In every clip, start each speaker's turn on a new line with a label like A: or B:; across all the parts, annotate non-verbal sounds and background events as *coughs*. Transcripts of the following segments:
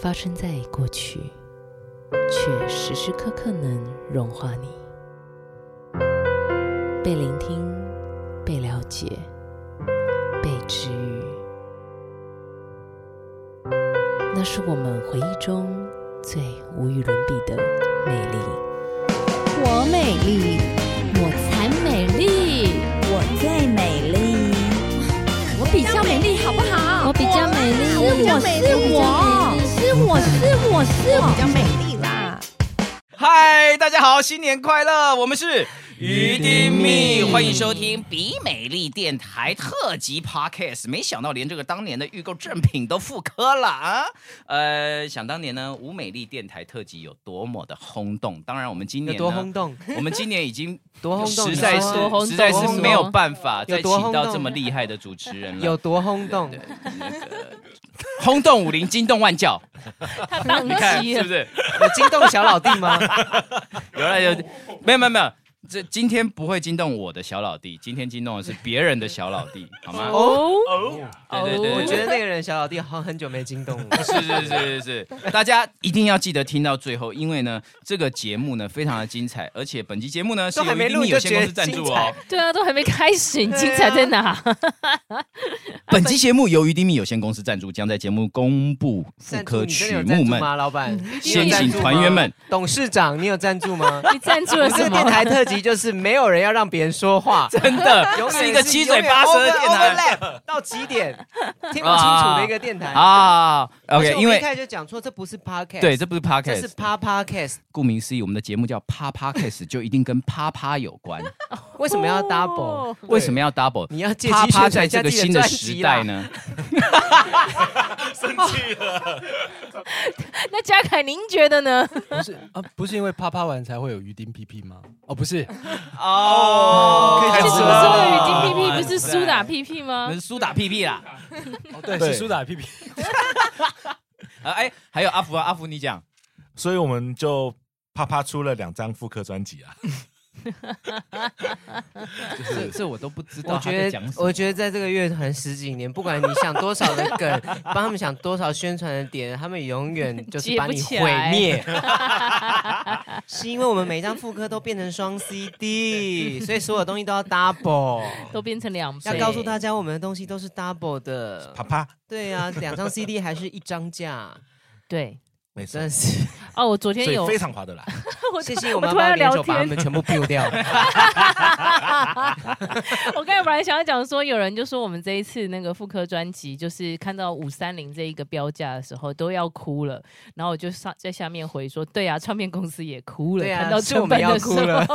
A: 发生在过去，却时时刻刻能融化你，被聆听，被了解，被治愈。那是我们回忆中最无与伦比的美丽。
B: 我美丽，
C: 我才美丽，
D: 我最美丽，
C: 我比较美丽，好不好？
B: 我比较美丽，
C: 我是我，是我是我是我
D: 比较美丽啦！
E: 嗨，大家好，新年快乐！我们是
F: 鱼丁蜜
E: 欢迎收听比美丽电台特辑 Podcast。没想到连这个当年的预购正品都复刻了啊！呃，想当年呢，无美丽电台特辑有多么的轰动。当然，我们今
F: 有
E: 年
F: 多
E: 呢
F: 轰动，
E: 我们今年已经
F: *laughs* 多轰动，
E: 实在
F: 你
E: 是
F: 说
B: 多轰动
E: 实在是没有办法
F: 有
E: 再
F: 多
E: 请
F: 轰动
E: 到这么厉害的主持人了。
F: 有多轰动
E: 对，那个轰动武林，惊动万
F: *laughs*
E: 教，
B: 他当
E: 你看
B: 机
E: 是不是？
F: 有惊动小老弟
E: *laughs*
F: 吗？
E: 有了有，没有没有没有，这今天不会惊动我的小老弟，今天惊动的是别人的小老
F: *laughs*
E: 弟，好吗？
B: 哦，
E: 对对对，
F: 哦我
E: 对
F: 觉得那个人小老弟好像很久没惊动
E: *laughs*
F: 我。
E: 是是是是是，大家一定要记得听到最后，因为呢，这个节目呢非常的精彩，而且本期节目呢是
F: 都还
E: 由
F: 没
E: 一
F: 录
E: 定
F: 就
E: 有限公
F: 觉
E: 司
F: 得
E: 赞助哦
F: 精彩。
B: 对啊，都还没开始，你精彩在哪？
E: *laughs* 本期节目由于丁密有限公司赞助，将在节目公布副
F: 赞
E: 科
F: 助你
E: 曲
F: 真的有
E: 目
F: 赞助
E: 们。
F: 吗，老
B: 嗯
F: 板？
E: 先请团员们，
F: 董事长，你有赞助吗？
B: *laughs* 你赞助
F: 我
B: 了
F: 们这
B: 什
F: 个
B: 么
F: 电？台特辑就是没有人要让别人说
B: *laughs*
F: 话，
E: 真的
F: *laughs* 永远
E: 是一个七嘴八舌的电台
F: 台，到极点听不清楚的一个电台。
E: 啊。
F: 而且
E: OK，
F: 哦我
E: 因
F: 们一
E: 为
F: 开始就讲错，这不是 podcast，
E: 对，，这不是
F: 这
E: podcast，
F: 是 pa podcast。
E: 顾名思义，我们的节目叫啪啪 case，就一定跟啪啪有关。
F: 为什么要 double？
E: 为什么要 double？
F: 你要借机
E: 啪啪
F: 宣传
E: 在
F: 一下
E: 这个
F: 自己
E: 新
F: 的
E: 的
F: 专
E: 时
F: 辑
E: 代
F: 啦
E: 呢？
B: 那嘉凯，您觉得呢？
G: 不是啊，不是因为啪啪完才会有鱼丁屁屁吗？哦，不是，
E: 哦，
F: 开
B: 不
F: 始
B: 是不是
F: 了
B: 那个雨金屁屁，不是苏打屁屁吗
E: 那？是苏打屁屁啦。
G: 哦对，
H: 对
G: 是苏打屁屁。
E: 啊，哎，还有阿福啊，阿福你讲，
H: 所以我们就啪啪出了两张复刻专辑啊。
E: 这这我都不知道
F: 我
E: 他
F: 觉
E: 在
F: 得
E: 讲，什么啊
F: 我。觉得在这个乐团十几年，不管你想多少的梗，帮他们想多少宣传的点，他们永远就是
B: 接
F: 把
B: 不
F: 你
B: 起
F: 毁
B: 来
F: 灭。 *laughs* 是因为我们每张副歌都变成双 CD，所以所有东西都要 double。
B: 都变成两
F: 要
B: 倍。
F: 告诉大家，我们的东西都是 double 的
H: 啪。啪，
F: 对啊，两张 CD 还是一张价，
B: 对
H: 没事
F: 真，
E: *laughs*
F: 的是。
B: 哦，我昨天
H: 所
B: 有
H: 以，非常划得来。
B: *laughs* 我
F: 谢谢我
B: 我
F: 们
B: 突
F: 帮
B: 然要
F: 联
B: 聊
F: 手把他
B: 天，
F: 们全部 biu 掉。
B: 我刚才本来想要讲说，有人就说我们这一次那个妇科专辑，就是看到五三零这一个标价的时候都要哭了，然后我就上在下面回说，对啊，唱片公司也哭了，
F: 对啊
B: 看到成本的时候，
F: 是我们要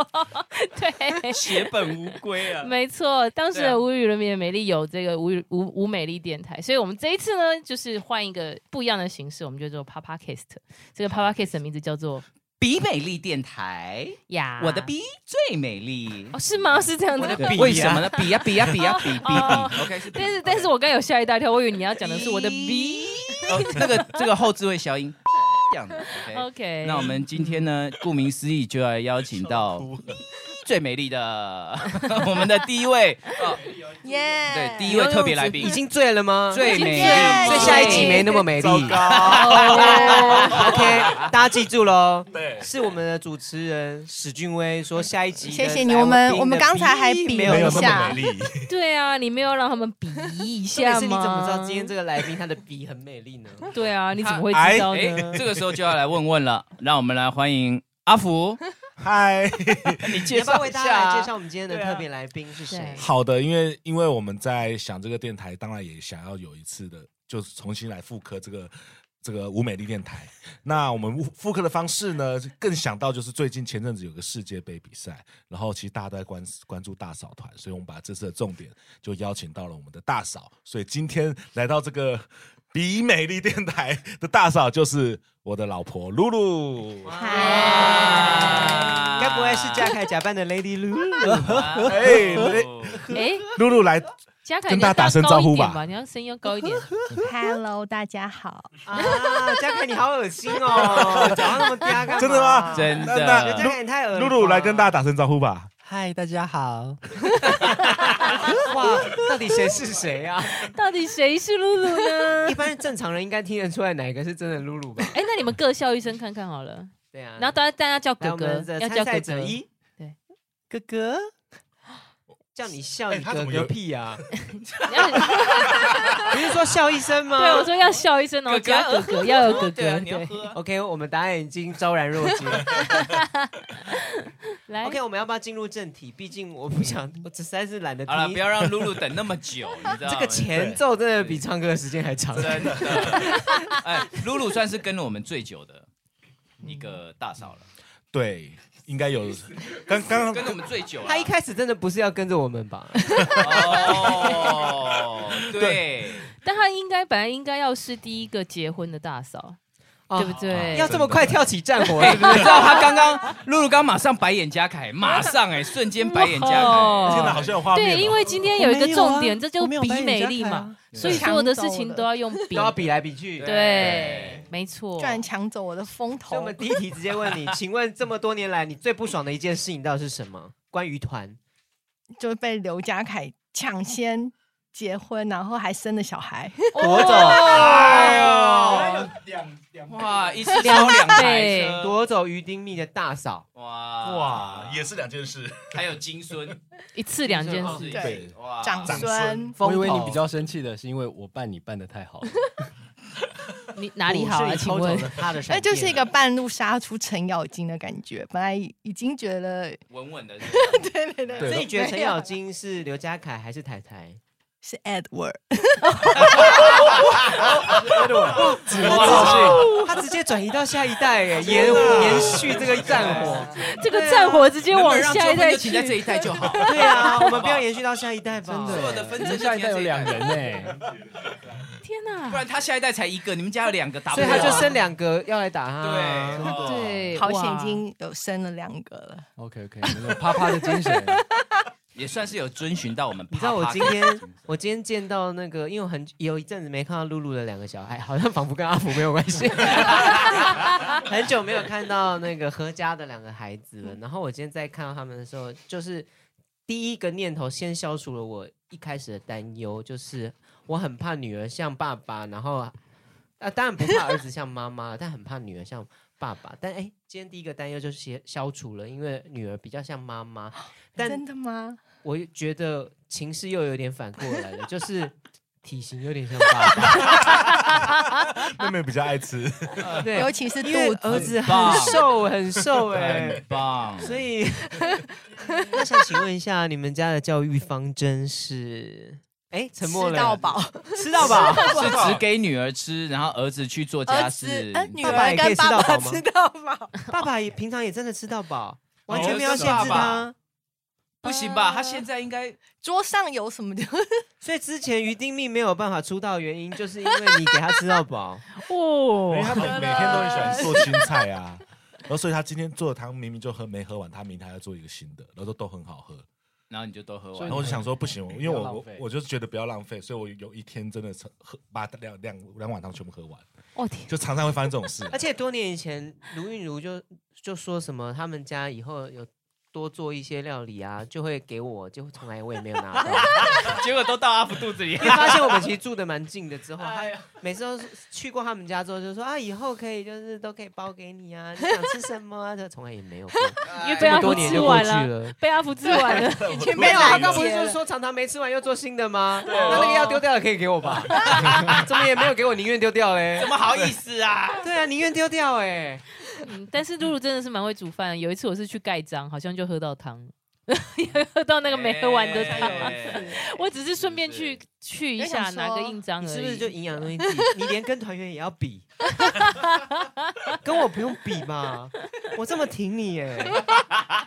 B: 对。
E: 血本无归啊！
B: *laughs* 没错，当时
E: 对啊
B: 的无与伦比的美丽有这个无与无无美丽电台，所以我们这一次呢，就是换一个不一样的形式，我们就做 Papa Cast。这个 Papa Cast 的名字叫做
E: 比美丽电台，
B: 呀，
E: 我的比最美丽
B: 哦，。是吗？是这样子，
F: 比
E: 为什么呢？啊比呀啊比啊呀比呀比比
B: 哦
E: 比，OK 是比。
B: *laughs* 但是但是我刚有吓一大跳，我以为你要讲的是我的 B。
E: 比，哦那个这个后置会消音，这样子。OK
B: OK，
E: 那我们今天
F: *laughs*
E: 呢，顾名思义就要邀请到 *laughs* 最美丽
F: *laughs*
E: 的我们的第一位，哦
D: 耶！
E: *laughs* 对，第一位特别来宾
F: 已，经醉了吗？
E: 最美
D: 耶
E: 丽，
F: 所以下一集没那么美丽。OK，大家 *laughs* 记住喽。
H: 对
F: 是我们的主持人史俊威说下一集的
D: 谢
F: 来宾的比。
D: 谢你我们我们刚才还比
F: 没
D: 了
F: 有
H: 没有
F: 那
H: 那
F: 么
H: 么美丽， *laughs*
B: 对啊，你没有让他们比一
F: 重点
B: 下吗？
F: 是你怎么知道今天这个来宾他的鼻很
D: *laughs*
F: 美丽呢？ *laughs*
B: 对啊，你怎么会
H: 他
B: 知道
E: 哎
B: 呢？，
E: 这个时候就要来问问 *laughs* 了，让我们来欢迎阿
F: *laughs*
E: 福，
H: 嗨，
E: 你
F: 你
E: 介
F: 要不要
E: 绍
F: 为
E: 一
F: 大家来介
E: 下。
F: 绍我们今天的特别来宾是谁
B: 对？
H: 好的，因为因为我们在想这个电台，当然也想要有一次的，就是重新来复刻这个。这个无美丽电台，那我们复复刻的方式呢，更想到就是最近前阵子有个世界杯比赛，然后其实大家都在关关注大嫂团，所以我们把这次的重点就邀请到了我们的大嫂，所以今天来到这个比美丽电台的大嫂就是我的老婆露露。
E: 啊
F: 该不会是嘉凯假扮的
D: *laughs*
F: Lady Lulu？
H: 哎
F: *laughs*
B: 哎，
H: 露露来，
B: 嘉凯，
H: 跟
B: 你要
H: 大家打声
B: 高一
H: 招呼
B: 点
H: 吧
B: 吧，你要声音要高一点。
C: Hello，大家 *laughs* 好，
F: 啊，嘉凯你好恶心
H: *laughs*
F: 哦，讲话那么嗲干嘛
H: 真的吗
E: 真
H: 那那
F: 嘉
E: 的，
F: 凯你太恶了吧
H: 露露来跟大家打声招呼吧。
G: 嗨，大家好，
F: *laughs* 哇，到底谁是谁啊？
B: 到底谁是露露
F: *laughs*
B: 呢？
F: 一般正常人应该听得出来哪一个是真的露露吧？
B: *laughs* 哎、那你们各笑一声看看好了，
F: 对啊，
B: 然后大家大家叫
F: 来
B: 哥
F: 我
B: 哥
F: 们，的
B: 要
F: 参
B: 叫
F: 赛
B: 哥
F: 者
B: 哥。
F: 一，
B: 对，
F: 哥哥，叫你笑
H: 哎
F: 你
H: 他怎
F: 哥
H: 么
F: 哥
H: 有
F: 屁啊！
B: 你要
F: 不是说笑一声吗？
B: *laughs* 对，我说要笑一声，然后加哥哥，要
F: *laughs*
B: 有哥
E: 对啊，
B: 哥，
E: 你要
B: 对，
E: 喝啊。
F: OK，我们答案已经昭然若揭。
B: *laughs* 来
F: OK，我们要不要进入正题？毕竟我不
B: *laughs*
F: 想，我实在是懒得
E: 好了，
F: 听。
E: 不要让露露等那么久，你知道吗？
F: 这个前奏真的比唱歌的时间还长。
E: 真的，哎，露露算是跟了我们最久的一个大嫂了，
H: 对，应该有。刚刚
E: 跟了我们啊最久了。
F: 他一开始真的不是要跟着我们吧？
E: 哦，对，
B: 但他应该本来应该要是第一个结婚的大嫂，
F: 哦
B: 对不对？
F: 要这么快跳起战火，是不是？你知道他刚刚
E: 露露刚马上白眼加凯，马上哎，瞬间白眼加
B: 哇
E: 凯，
H: 现在好像有画面哦。
B: 对，因 *laughs* 为今 *laughs* 天有一个
F: 啊
B: 重点，这就是比美丽嘛，所以所有的事情都要用比
F: 都。要比来比去。
B: 对，没错
D: 居。然抢走我的风
F: 所以
D: 头
F: 我！们第一题直接问你， *laughs* 请问这么多年来你最不爽的一件事情到底是什么？关于团，
D: 就被刘家凯抢先结婚，然后还生了小孩。
G: 哦
F: 夺走，
G: 哎
E: 哦，哇，一次烧两台
B: 对
E: 车，
F: 夺走于丁密的大嫂，
E: 哇
H: 哇，也是两件事。
E: 还有金孙，
B: 一次两件事，
D: 对
E: 哇
D: 长
H: 长
D: 孙
H: 孙
G: 我以为
F: 风
G: 你
F: 头
G: 比较生气的是因为我办你办的太好了，
F: 哦
B: 你哪里好
F: 不是
B: 啊？
F: 你
B: 请
F: 偷走
B: 问
F: 了他的闪
D: 那
G: 哎
F: 电，
D: 就是一个半路杀出程咬金的感觉。本来已经觉得，
E: 稳稳
F: *laughs*
E: 的，
D: 对对对，
G: 对
F: 所以你觉得程咬金是刘家凯还是太太？
D: 是 Edward，
F: 他直接转移到下一代，
G: *laughs*
F: 哎，延延续这个战火。
B: 这个战火直接
E: 能不能
B: 往
E: 让
B: 下
E: 纠纷
B: 一代
E: 就停在这
B: 去？
E: 一代就好，
F: *laughs* 对啊，我们不要延续到下一代吧。
G: 真
E: 所有的
G: 的。
E: 纷争就
G: 下一
E: 停在
G: 代
E: 这
G: 有
E: 一
G: 两
E: 代，
G: 人呢，
B: 天
E: 不
B: 哪！
E: 然他下一代才一个，你们家有两个，打不
F: 所以他
E: 了
G: 啊
F: 就生两个要来打他啊。
E: 对哦
B: 对，
D: 好险
B: 哇
D: 已经有生了两个了。
G: OK OK，那种啪啪的精神，
E: 也算是有遵循到我们啪啪。
F: 你知道我今天，我今天见到那个，因为我很有一阵子没看到露露的两个小孩，好像仿佛跟阿福没有关系， *laughs* 很久没有看到那个何家的两个孩子了。然后我今天在看到他们的时候，就是第一个念头先消除了我一开始的担忧，就是我很怕女儿像爸爸，然后啊，当然不怕儿子像妈妈，但很怕女儿像爸爸。但哎、今天第一个担忧就是消消除了，因为女儿比较像妈妈，但
D: 真的吗？
F: 我觉得情势又有点反过来了，就是体型有点像爸 *laughs* 爸，
H: 妹妹比较爱吃，
F: 对
D: 尤其是肚
F: 因为
D: 子，
F: 儿子很瘦很 *laughs* 瘦哎、
E: 很棒，
F: 所以那想请问一下，你们家的教育方针是？哎，沉默
D: 吃
F: 了，
D: 到饱，
F: 吃到 *laughs* 饱，
E: 是只给女儿吃，然后儿子去做家
D: 儿子
E: 事。
D: 呃女
F: 爸爸
D: 儿
F: 也可
D: 跟
F: 以吃到
D: 爸爸
F: 饱吗
D: 吃到饱，
F: 爸爸也平常也真的吃到饱，完
E: 哦
F: 全没有限
E: 是
F: 制
E: 爸
F: 他。
E: 不行吧？他现在应该
D: 桌上有什么就 *laughs*
F: 所以之前于丁密没有办法出道的原因，就是因为你给他吃到饱。
H: 因为
B: 哦，
H: 她每每天都很喜欢做青菜啊。 *laughs* 然后所以她今天做的汤明明就喝没喝完，她明天还要做一个新的，然后都都很好喝。
E: 然后你就都喝
G: 所
E: 完
G: 以
H: 然后
E: 了。
H: 我就想说不行，因为
G: 不要
H: 我
G: 浪
H: 我
G: 费
H: 我就是觉得不要浪费，所以我有一天真的是喝把两两两碗汤全部喝完，
B: 我天，
H: 就常常会发生这种事。
F: 而且多年以前，卢韵如就就说什么他们家以后有多做一些料理啊，就会给我，就从来我也没有拿到。
E: 结果都到阿福肚子里
F: 因。为发现我们其实住的蛮近的，
E: *laughs*
F: 之后
E: 哎
F: 她每次都是去过他们家之后就说啊，以后可以就是都可以包给你啊，你想吃什么啊，这从来也没 *laughs* 有过。
B: 因为被
F: 哎这
B: 阿
F: 么
B: 福
F: 多年
B: 吃
F: 就过
B: 完
F: 去
B: 了，
F: 了。
B: 被阿福吃
F: *laughs*
B: 完了，
D: 已经
F: 没
D: 被
F: 有啊，那
D: 拦
F: 不
D: 截
F: 是就是
D: 了。
F: 说常常没吃完又做新的吗？那那个要丢掉的可以给
E: *laughs*
F: 我吧？怎么也没有给我，宁愿丢掉嘞
E: 怎？么好意思啊？
F: 对啊，宁愿丢掉哎、
B: 嗯但是露露真的是蛮会煮饭的。有一次我是去盖章，好像就喝到汤， *laughs* 喝到那个没喝完的
F: 哎
B: 汤。
E: 哎
B: 我只是顺便去去一下
D: 我想说
B: 拿个印章而
F: 你
B: 已。
F: 是不是就营养东西
B: *laughs*
F: 自己？你连跟团员也要比，跟我不用比嘛？我这么挺你耶，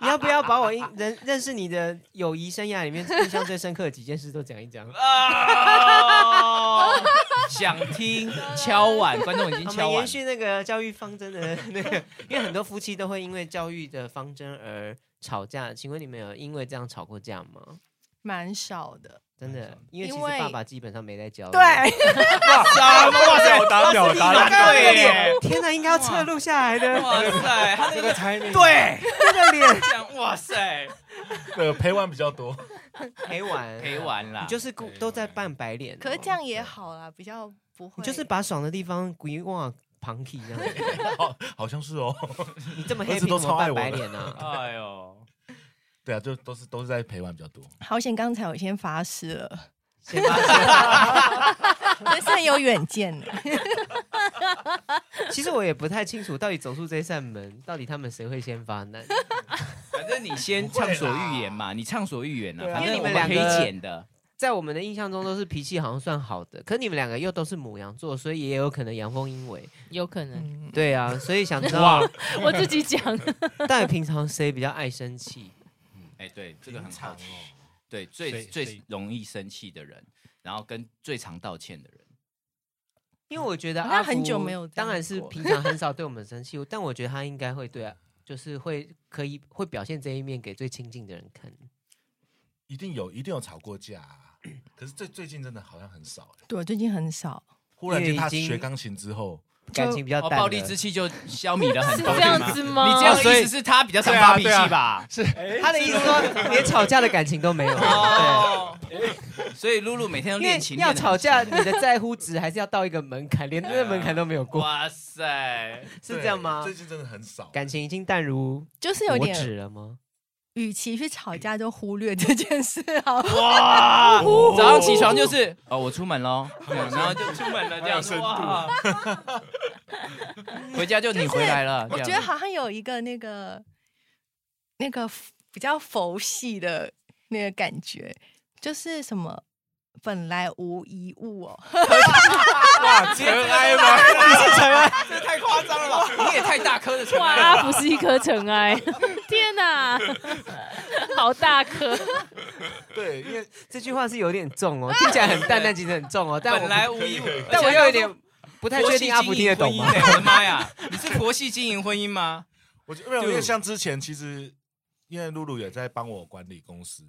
F: 你要不要把我印认认识你的友谊生涯里面印象最深刻的几件事都讲一讲？ *laughs*
E: 啊！想听敲碗，观众已经
F: 我
E: 敲
F: 们
E: 碗
F: 延。续那个教育方针的那个，因为很多夫妻都会因为教育的方针而吵架。请问你们有因为这样吵过架吗？
D: 蛮少的，
F: 真的，因为其
D: 因
F: 实
D: 为
F: 爸爸基本上没在教。
D: 对，
E: 什么？哇塞，我
H: 打表达了
E: 对耶！
F: 天哪，应该要侧录下来的，
E: 哇塞，他那
G: 这
E: 个
G: 个 timing
E: 对
F: 这个脸
E: 这样，哇塞，
H: 呃，陪玩比较多。 *laughs*
F: 陪玩
E: 陪，玩啦
F: 你。就是故都在扮白脸哦，
D: 可是这样也好啦，比较不会。
F: 你就是把爽的地方故意往旁提这样子，
H: 好，好像是哦。 *laughs*
F: 你这么
H: 儿
F: happy
H: 子
F: 怎
H: 都
F: 么
H: 超爱
F: 扮
H: 我
F: 白
H: 的
F: 脸啊？
E: 哎呦，
H: 对啊，就都是都是在陪玩比较多。
D: 好险，刚才我先发誓 *laughs* 了，
F: 先发现
D: 真是很有远见呢。
F: *laughs* 其实我也不太清楚，到底走出这扇门，到底他们谁会先发难？
E: 反正你先畅所欲言嘛，你畅所欲言啊，
F: 对啊
E: 反正
F: 因
E: 我
F: 为
E: 们
F: 你们
E: 可以
F: 两个
E: 剪的。
F: 在我们的印象中都是脾气好像算好的，可你们两个又都是母羊座，所以也有可能阳奉阴违。
B: 有可能
D: 嗯，
F: 对啊，所以想知道
B: 我自己
F: *laughs*
B: 讲，
F: 到底平常谁比较爱生气？
E: 哎，对，这个很
G: 常
E: 好奇。
G: 哦，
E: 对，
G: 所
E: 最
G: 以所
E: 最
G: 以
E: 容易生气的人，然后跟最常道歉的人，
F: 因为我觉得
D: 好像
F: 阿福
D: 哦很久没有这样
F: 当然是
D: 过
F: 平常很少对我们生气，但我觉得他应该会对、啊，就是会可以会表现这一面给最亲近的人看。
H: 一定有，一定有吵过架啊、可是最最近真的好像很少、欸。
D: 对，最近很少。
H: 忽然
F: 因为
H: 间
F: 已
H: 他
F: 经
H: 学钢琴之后，
F: 感情比较
E: 哦，
F: 淡、
E: 暴力之，气就消弭了很
B: 是
E: 多。
B: 这
E: 对
B: 样
E: 吗
B: 子
E: 你
B: 吗？
E: 这样的
F: 所以
E: 意思是他比较常发
G: 啊
E: 脾气吧？
F: 他的意思说连吵架的感情都没有。对。
E: 哎
F: 啊
E: 哦，所以露露每天都
F: 因为
E: 练琴，
F: 要
E: 练得很
F: 吵架，你
E: 勤
F: 的在乎值还是要到一个门槛，连那个门槛都没有过，
E: 哇塞，
F: 是
H: 对
F: 这样吗
H: 最？近真的很少。
F: 感情已经淡如
D: 就是有
F: 我
D: 点，
F: 指
D: *laughs*
F: 了吗？
D: 与其去吵架，就忽略这件事好。
F: *laughs*
E: 哇！早上起床就是哦，我出门喽，对 *laughs* 然后就出门了，这样
H: 深度
E: 哇。 *laughs* 回家就你回来了，
D: 我
E: 这
D: 觉得
E: 样
D: 好像有一个那个那个比较佛系的那个感觉，就是什么本来无一物 *laughs* 哦，
H: 哇，尘埃吗？
E: 这太夸张了吧，你也太大颗的出
B: 哇，
E: 来
B: 阿
E: 了
B: 福
E: 吧。
B: 是一颗尘埃，
F: *laughs*
B: 天哪，好大颗！
H: 对，因为
F: *laughs* 这句话是有点重哦，听起来很淡，但其实很重哦。但我
E: 本来无一物，
F: 但我
E: 而且
F: 又
E: 他
F: 有
E: 说
F: 点不太确定阿福听得懂吗
E: 佛系经营？ *laughs* 婚姻欸我的妈呀，你是佛系经营婚姻吗？
H: 我就没有，因为像之前其实因为露露也在帮我管理公司，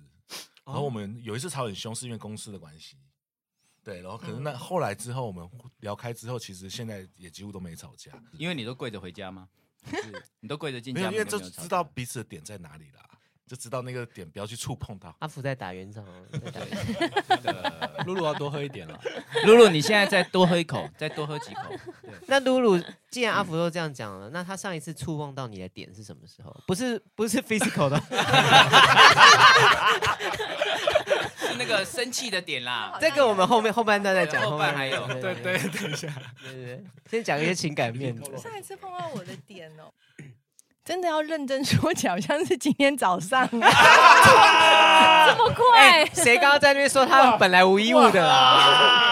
H: 然后我们有一次吵很凶，是因为公司的关系。对，然后可能那后来之后我们聊开之后，其实现在也几乎都没吵架，
E: 因为你都跪着回家吗？你都跪着进
H: 没
E: 家
H: 有，
E: 门，
H: 因为
E: 就
H: 就
E: 没有吵
H: 知道彼此的点在哪里啦，就知道那个点不要去触碰到。
F: 阿福在打圆场哦，在打圆场
G: 露露要多喝一点了。
E: 露露，你现在再多喝一口，再多喝几口。
F: 那露
D: 嗯
F: 露，既然阿福都这样讲了，那他上一次触碰到你的点是什么时候？不是不是
E: *laughs*
F: physical 的，
E: 是那个生气的点啦。
F: 这个我们后面后半段再讲，
E: 后半还有
F: 对对，
G: 等一下，
F: 对对，先讲一些情感面的。
D: 上一次碰到我的点哦。 *laughs* 真的要认真说起来，好像是今天早上、啊，
B: 这么
D: 哎
B: 快，
F: 哎谁刚刚在那边说他本来无一物的啦？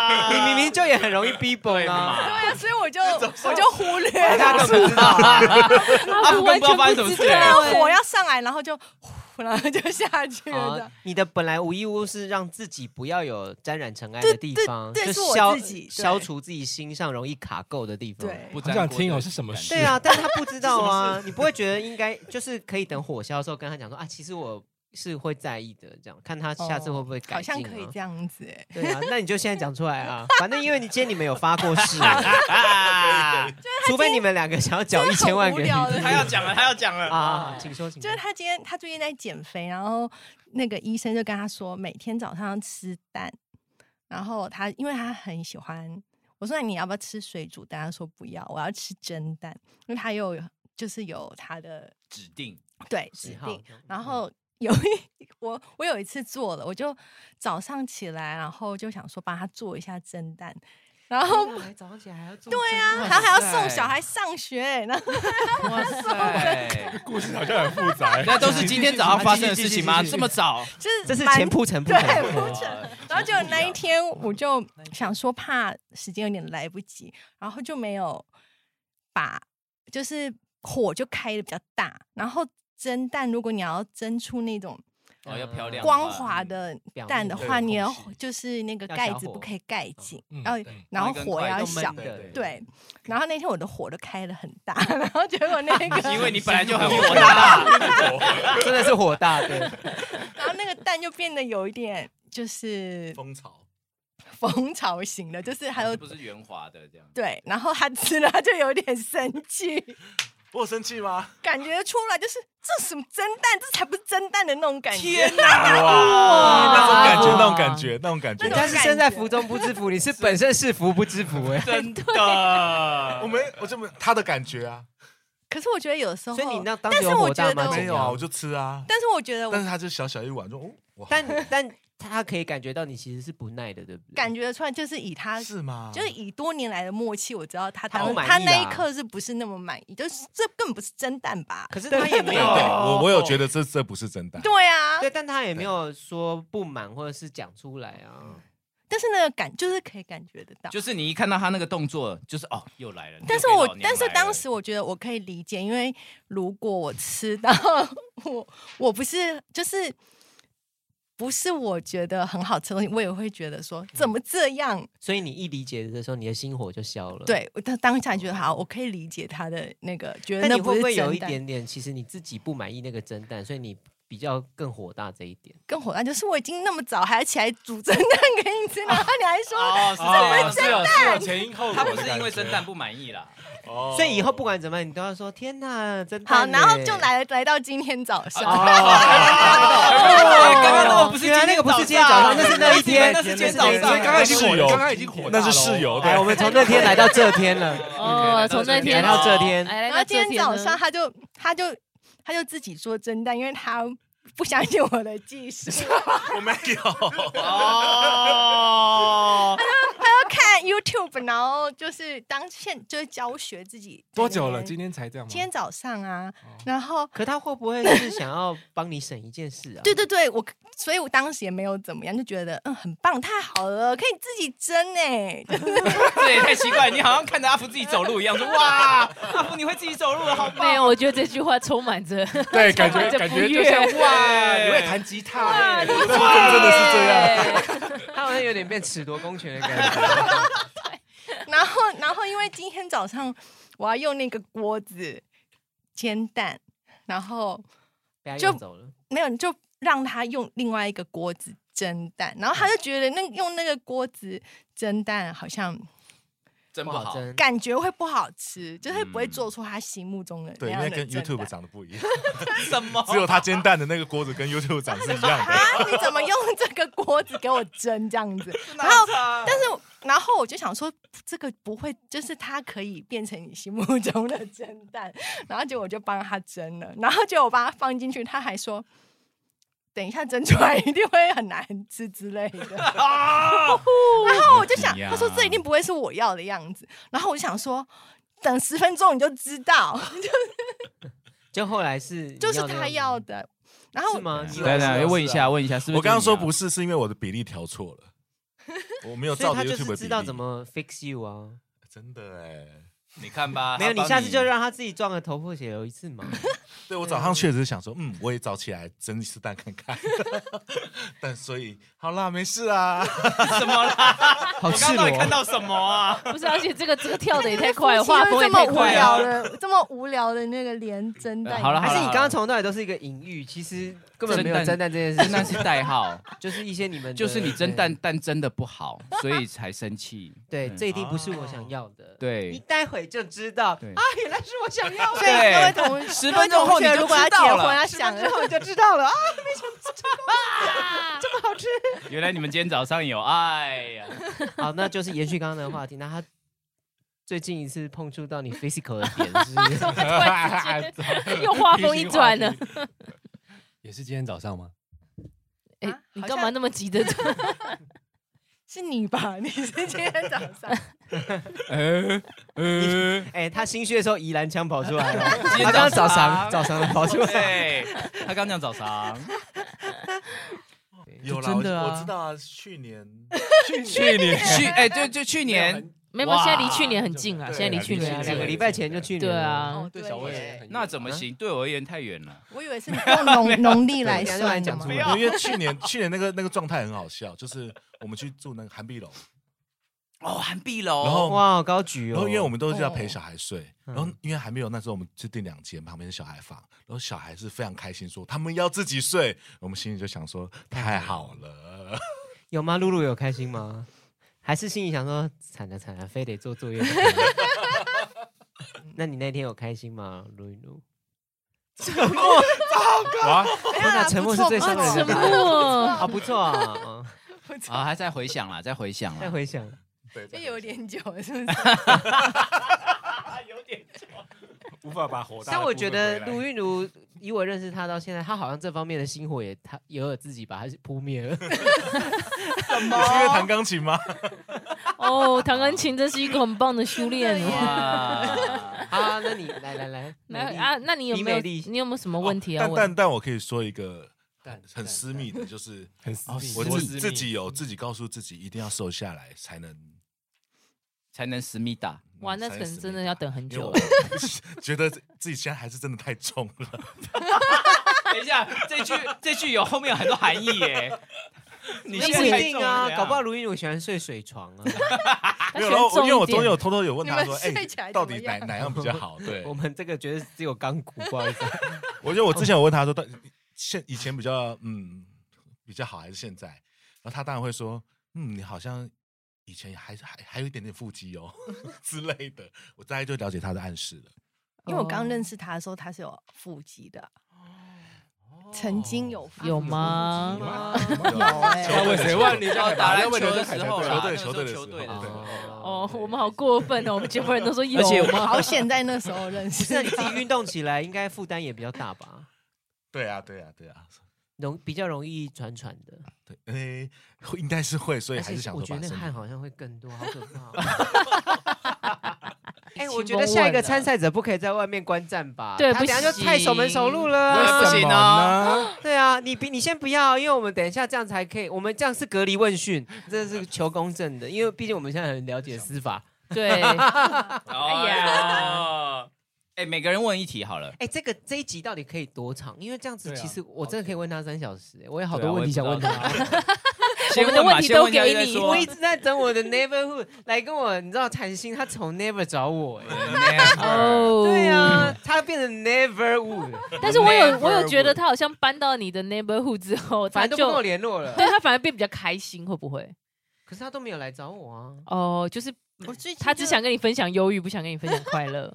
E: 哇
F: 你明明就也很容易逼崩啊！
D: *laughs* 对啊，所以我
F: *laughs*
D: 就我就忽略
F: 大家
D: 了，
F: 都不知道啊，
B: 阿福完
E: 不知道发生
B: 全
E: 什么
B: 知
E: 事
D: 然后
B: 道
D: 火
B: 欸。
D: 要上来，然后就呼，然后就下去了。
F: 好你的本来无一物是让自己不要有沾染尘埃的地方，
D: 对对对
F: 就是
D: 我
F: 消
D: 自己对
F: 消除自己心上容易卡垢的地方。
D: 对，
E: 不
G: 好想听哦，是什么事？
F: 对啊，但他不知道啊，你不会觉得应该就是可以等火消的时候跟他讲说啊，其实我是会在意的，这样看他下次会不会
D: 哦
F: 改
D: 好
F: 进、啊
D: 像可以这样子哎，
F: 对啊， *laughs* 那你就现在讲出来
D: *laughs*
F: 啊，反正因为你今天你们有发过誓，
E: 啊！
F: 除非你们两个想要缴一千万给
D: 真
F: 你
D: 的好无聊的
E: 他要讲了，他要讲了
F: 啊，！请说，请
D: 就
F: 说
D: 是。他今天他最近在减肥，然后那个医生就跟他说，每天早上吃蛋，然后他因为他很喜欢，我说那你要不要吃水煮蛋？他说不要，我要吃蒸蛋，因为他有就是有他的
E: 指定
D: 对
F: 喜
D: 指
F: 好
D: 定
F: 这样，
D: 然
F: 嗯
D: 后。有一我我有一次做了，我就早上起来，然后就想说帮他做一下蒸蛋，然后
F: 早上起来还要做
D: 对啊，然后还要送小孩上学，然后
E: 哇塞，
H: 故事好像很复
G: *laughs*
H: 杂
E: *laughs* 那都是今天早上发生的事情吗？
F: 继续继续继续
E: 这么早？
D: 就是
F: 这是
D: 蛮
F: 前铺陈铺
D: 对
F: 陈，
D: 铺陈。然后就那一天，我就想说怕时间有点来不及，然后就没有把就是火就开的比较大，然后蒸蛋，如果你要蒸出那种
E: 哦，要漂亮
D: 光滑的
F: 表面
D: 蛋的
H: 对
D: 话，你
H: 空
D: 要
H: 气
D: 就是那个
F: 要
D: 盖
F: 小
D: 子不
F: 火
D: 可以盖紧，
G: 嗯
D: 然后
G: 对
D: 然后
E: 那根
D: 火
E: 筷
D: 要
E: 子
D: 小
E: 闷，嗯
F: 的
E: 对
D: 对。然后那天我的火都开的很大，然后结果那个
E: *laughs* 因为你本来就很火大，
F: 真的是火大，
D: *laughs*
F: 对，
D: *laughs* 然后那个蛋就变得有一点就是
H: *laughs* 风潮，
D: 蜂巢型
F: 哦
D: 的，就是还有
E: 不是圆滑的这样。
D: 对，然后他吃了他就有点生气，
H: 我有生气吗？
D: 感觉出来就是这什么蒸蛋，这才不是蒸蛋的那种感觉。
E: 天哪！
H: 哇，那种感觉，
B: 哇
H: 那种感觉，那种感
D: 那
H: 觉
D: 种。
F: 人家是身在福中不知福，你是本身是福不知福哎。
E: 真的，
H: 我没，我就没他的感觉啊，
D: 可是我觉得有时候，
F: 所以你那当
D: 但
F: 时
D: 是
F: 有
D: 我
F: 火
D: 觉
F: 大
D: 得
F: 吗
D: 我
F: 怎
H: 没有
F: 样
H: 啊，我就吃啊。
D: 但是我觉得
H: 但
D: 我
H: 是他就小小一碗，就哦，哇，
F: 但 *laughs* 但他可以感觉到你其实是不耐的，对不对？
D: 感觉出来，就是以他
H: 是吗？
D: 啊就是以多年来的默契，我知道他
F: 啊他
D: 当
F: 不满意
D: 他那一
F: 啦
D: 刻是不是那么满意，就是这根本不是蒸蛋吧？
F: 可是他也没
H: 对，
F: 有，
H: 对我我有觉得这这不是真的。
D: 对啊，
F: 对，但他也没有说不满或者是讲出来
H: 嗯
F: 啊。
D: 但是那个感就是可以感觉得到。
E: 就是你一看到他那个动作，就是哦，又来了。
D: 但是
E: 又被老
D: 我
E: 娘
D: 但是
E: 来了
D: 当时我觉得我可以理解，因为如果我吃到 *laughs* 我我不是就是不是我觉得很好吃的东西，我也会觉得说怎么这样？
F: 所以你一理解的时候，你的心火就消了。，
D: 对，我当当下觉得好，我可以理解他的那个觉得
F: 但
D: 那
F: 你会
D: 是
F: 不会
D: 蒸
F: 有一
D: 蛋
F: 点点，其实你自己不满意那个蒸蛋，所以你比较更火大这一点？
D: 更火大，就是我已经那么早还起来煮 *laughs* 蒸蛋给你吃，然后你还说
E: 哦，是
H: 哦，
E: 这
H: 是
E: 样
H: 有是有前因后果
E: *laughs* 他
H: 的感
E: 不
H: 觉，
E: 是因为蒸蛋不满意啦，
H: 哦，
F: 所以以后不管怎么样，你都要说天哪，欸蒸蛋
D: 好，
F: 呢。
D: 然后就来来到今天早
G: 啊
D: 上，
E: 哦刚刚那个不是
F: 原来那个不是今天早上，那是那一天，
E: 那是今天早
F: 那
E: 上
F: 是那一
E: 所以
F: 天
H: 刚刚已经
G: 室
H: 火了
G: 友，
H: 刚
G: 刚
H: 刚
G: 刚
H: 已
G: 已
H: 经
G: 经
H: 火
G: 火，
H: 大了哦
F: 哎，我们从那天来到这天了，
B: 哦，从那天
F: 来到这天，
B: 哎，来
D: 然
B: 到
D: 后
B: 这
D: 今天早
B: 呢
D: 上他就他就他就自己做蒸蛋，因为他不相信我的技术，
H: 我没有，
E: 哦，
D: 他看 YouTube，然后就是当现就是教学自己在
G: 多
D: 那边
G: 久了？今天才这样吗？哦
D: 今天早上啊，然后
F: 可他会不会是想要帮你省一件事啊？
D: 对对对，我所以我当时也没有怎么样，就觉得嗯很棒，太好了，可以自己蒸
G: *laughs*
D: 哎、
E: *laughs* 这也太奇怪，你好像看着阿福自己走路一样，说哇，阿福你会自己走路了，好棒
B: 没有，我觉得这句话充满着
G: 对，感
B: 充满
G: 觉
B: 着
G: 感
B: 不
G: 觉就
B: 悦
G: 像哇，
E: 对
G: 你会弹吉他，
B: 真
H: 真的是这样。
F: 他好像有点变尺夺公权的感觉。
D: *laughs* *laughs* 然后，然后因为今天早上我要用那个锅子煎蛋，然后
F: 被他
D: 就
F: 用走了。
D: 没有就让他用另外一个锅子蒸蛋，然后
G: 嗯
D: 他就觉得那用那个锅子蒸蛋好像
E: 真不好，
F: 真
D: 感觉会不好吃，就是不会做出他心目中的那
H: *laughs* 嗯对，因
D: 样
H: 为
D: 的
H: 跟
D: 蒸蛋
H: YouTube 长得不一样，
E: 什么？
H: 只有他煎蛋的那个锅子跟 YouTube 长是一样的。
D: 啊，你怎么用这个锅子给我蒸这样子？然后，但是，然后我就想说，这个不会，就是它可以变成你心目中的蒸蛋。 *laughs* 然后结果我就帮他蒸了，然后结果我把它放进去，他还说。等一下蒸出来一定会很难吃之类的，然
H: 啊
D: *laughs* 后我就想，他说这一定不会是我要的样子，然后我就想说，等十分钟你就知道，
F: 就后来是
D: 就是他要的。然后
F: 是吗？你以
E: 来
F: 为
E: 来，问一下，问一啊下，是不是？
H: 我刚刚说不
E: 是，
H: 是，是因为我的比例调错了，我没有
F: 所
H: 啊照
F: 以他
H: 着
F: 就
H: YouTube
F: 是
H: 的比
F: 知
H: 例
F: 道怎么 fix you 啊。
H: 真的哎。
E: 你看吧，
F: 没有，
E: 啊他帮
F: 你下次就让他自己撞个头破血流一次嘛。
H: 对我早上确实想说，嗯，我也早起来蒸一次蛋看看， *laughs* 但所以好啦，没事啊，
E: 什么啦？
F: 好
E: 我刚刚
G: 哦
E: 到底看到什么啊？
B: 不是，而且这个这个跳的也太
D: 快
B: 快了，画风也
D: 这么
B: 太
D: 无
B: 快了。
D: 聊的，这么无聊的那个连蒸蛋。
E: 好了
F: 还
E: 好
F: 是
E: 了
F: 你刚刚从头到尾都是一个隐喻，其实根本没有
E: 蒸蛋
F: 蒸蛋这件
E: *laughs*
F: 事
E: 那
F: 情，
E: 是代号，
F: 就是一些你们的
E: 就是你蒸蛋蛋蒸的不好，所以才生气。
F: 对，
E: 嗯
F: 这一定不是我想要的。，
E: 对
F: 你待会就知道
E: 对
F: 啊，原来是我想要的。
D: 所以啊各位
E: *laughs*
D: 同
E: 对，
D: 学，
E: 十分钟后你
D: 各位同学如
E: 就
D: 果要
E: 知
D: 结
E: 道
D: 婚，啊
E: 了。
D: 要想
F: 之后你就知道了啊，没想到这么好吃。
E: 原来你们今天早上有，哎呀，
F: 好，那就是延续刚刚的话题，那他最近一次碰触到你 physical 的点是不是？
B: 又画风一转了，
G: *laughs* 也是今天早上吗？
B: 哎、
D: 啊
B: 你
D: 好
B: 干嘛
D: 像
B: 那么急着？
D: *laughs* 是你吧？你是今天早上，
F: *laughs* 哎、他心虚的时候，宜兰腔跑出来了。
E: 今天
F: 他刚刚
E: 早
F: 早
E: 上
F: 上早上跑出来，
E: 对， *laughs* 他刚讲早上，
H: 有啦，
E: 真的啊
H: 我知道啊，去
E: *laughs*
H: 年
G: 去年
E: 去哎，就就去年，
B: 没有，没有现在离
E: 哇
B: 去年很近了，
H: 对
B: 现在离去
F: 对
B: 年
F: 啊，
B: 很
F: 两
B: 近
F: 个礼拜前就去年
B: 对
F: 了，哦
G: 嗯
B: 啊，
D: 哦对耶，
E: 那怎么行？对我而言太远了。
D: 我以为是用农农历来
F: 对等一下就
D: 算的
F: 来讲
D: 嘛
F: 出。
E: 要
H: 因为去年去年那个那个状态很好笑，就是我们去住那个寒碧楼，
E: 哦，韩碧楼，
H: 然后
F: 哇，好高举哦！
H: 然后因为我们都是要陪小孩睡，
F: 哦
H: 然后因为还没有那时候我们就订两间旁边是小孩房，然后小孩是非常开心说他们要自己睡，我们心里就想说太好了，
F: 有吗？露露有开心吗？还是心里想说惨了惨了，非得做作业？ *laughs* 那你那天有开心吗？录一
H: *laughs*
F: 录，
H: 哇，
F: 那沉默是最伤人的
B: 沉
F: 答案。
B: 默。
F: 啊，不错啊，嗯
E: 啊，还在回想啦，在回想
F: 再
E: 啦。
F: 回想，
D: 这有点久，是不是？
H: 无法把火大的
F: 但
H: 部分回来。
F: 我觉得卢韵如，以我认识她到现在，她好像这方面的心火也，她也有自己把它扑灭了。
H: 你 *laughs* 是因为弹钢琴吗？
B: 哦，弹钢琴真是一个很棒的修炼
D: 真的
B: 哦。
D: 耶
E: 哇，
F: 好啊，那 *laughs* 你来来来，
B: 那
F: 美丽
B: 啊，那你有
F: 比
B: 没有
F: 美丽
B: 你有没有什么问题啊要
H: 但
B: 问
H: 但？但我可以说一个
G: 但
H: 很私密的，就是
G: 很哦私密，
H: 我
E: 私
H: 我
E: 密
G: *laughs*
H: 自己有自己告诉自己一定要瘦下来才能。
E: 才能思密达。
B: 哇，那可
H: 才
B: 能
H: 能
B: 真的要等很
H: 因为
B: 久
H: 我 *laughs* 觉得自己现在还是真的太重了，
E: 等一下，这句这句有后面有很多含义耶。 *laughs* 你
F: 那
E: 现
F: 不
E: 在
F: 一
E: 太
F: 定
E: 重了
F: 啊，
E: 呀
F: 搞不好卢韵如喜欢睡水床啊。
B: 他
H: 没有。
B: 喜
H: 然
B: 欢
H: 后
B: 重
H: 因为
B: 一
H: 我
B: 点
H: 中间有偷偷有问他
D: 你
H: 说，
D: 们
H: 哎
D: 睡起来，
H: 到
D: 怎
H: 底
D: 么
H: 哪
D: 样
H: 哪样比较好？对，
F: 我们这个觉得只有钢骨，不
H: *laughs*
F: 好意思。
H: 我觉得我之前有问他说，到底现以前比较嗯比较好还是现在？然后他当然会说，嗯，你好像以前还还还有一点点腹肌哦 *laughs* 之类的。我大概就了解他的暗示了。
D: 因为我刚认
B: 识，
D: 识他的时候，他是有腹肌的，曾经有腹肌
B: 有
G: 啊
H: 啊
B: 吗？
D: 有哎
G: 要问谁问你？就
E: 哦
G: 要
E: 打篮
G: 问
E: 球
G: 你就
E: 的
G: 海
E: 时
G: 苔
E: 候
G: 对
E: 啦，
H: 队
E: 那个时候
H: 啊球队的
E: 球
H: 时
E: 队的
H: 候
E: 时候。
B: 哦，我们好过分哦，我们全部人都说有
E: 而且我
B: 吗？
D: 好险在那时候认识
F: 啊那你自己运动起来，应该负担也比较大吧？
H: 对啊，对啊，对啊，
F: 容比较容易喘喘的，
H: 对，哎，会应该是会，所以
F: 而
H: 还
F: 且
H: 是想
F: 我
H: 说
F: 觉
H: 把
F: 得那
H: 身
F: 个汗
H: 体。
F: 好像会更多，好可怕哦。 *laughs* 哎，我
B: 请
F: 觉得
B: 问
F: 下一个
B: 了
F: 参赛者不可以在外面观战吧？
B: 对
F: 他
B: 不
F: 等下就太熟门熟路了
E: 为
F: 啊。
E: 什么
H: 为什么呢？
F: 对啊，你比你先不要，因为我们等一下这样才可以，我们这样是隔离问讯，这是求公正的，因为毕竟我们现在很了解司法。
B: 对，
E: 哎呀，哎，每个人问一题好了。
F: 哎、这个这一集到底可以多长？因为这样子，
G: 对啊
F: 其实我真的可以问他三小时、哎我有好
E: 好
F: 多问题想问他。哎
E: 先
B: 我们的
E: 问吧
B: 问题
E: 先
B: 都
E: 问一下
B: 给
E: 再
B: 你
E: 说
F: 我一直在等我的 neighborhood *laughs* 来跟我，你知道谭鑫他从 never 找我、哎，
E: 嗯啊 Never
B: 哦，
F: 对。啊，他变成 neverwood，
B: 但是我有
E: Never
B: 我有觉得他好像搬到你的 neighborhood 之后，
F: 反
B: 他
F: 正都
B: 就
F: 不跟我联
B: *laughs*
F: 络了。
B: 对他反而变比较开心，会不会？
F: 可是他都没有来找我啊。
B: 哦，就是
D: 我最近
B: 他
D: 就
B: 只想跟你分享忧郁，不想跟你分享快乐。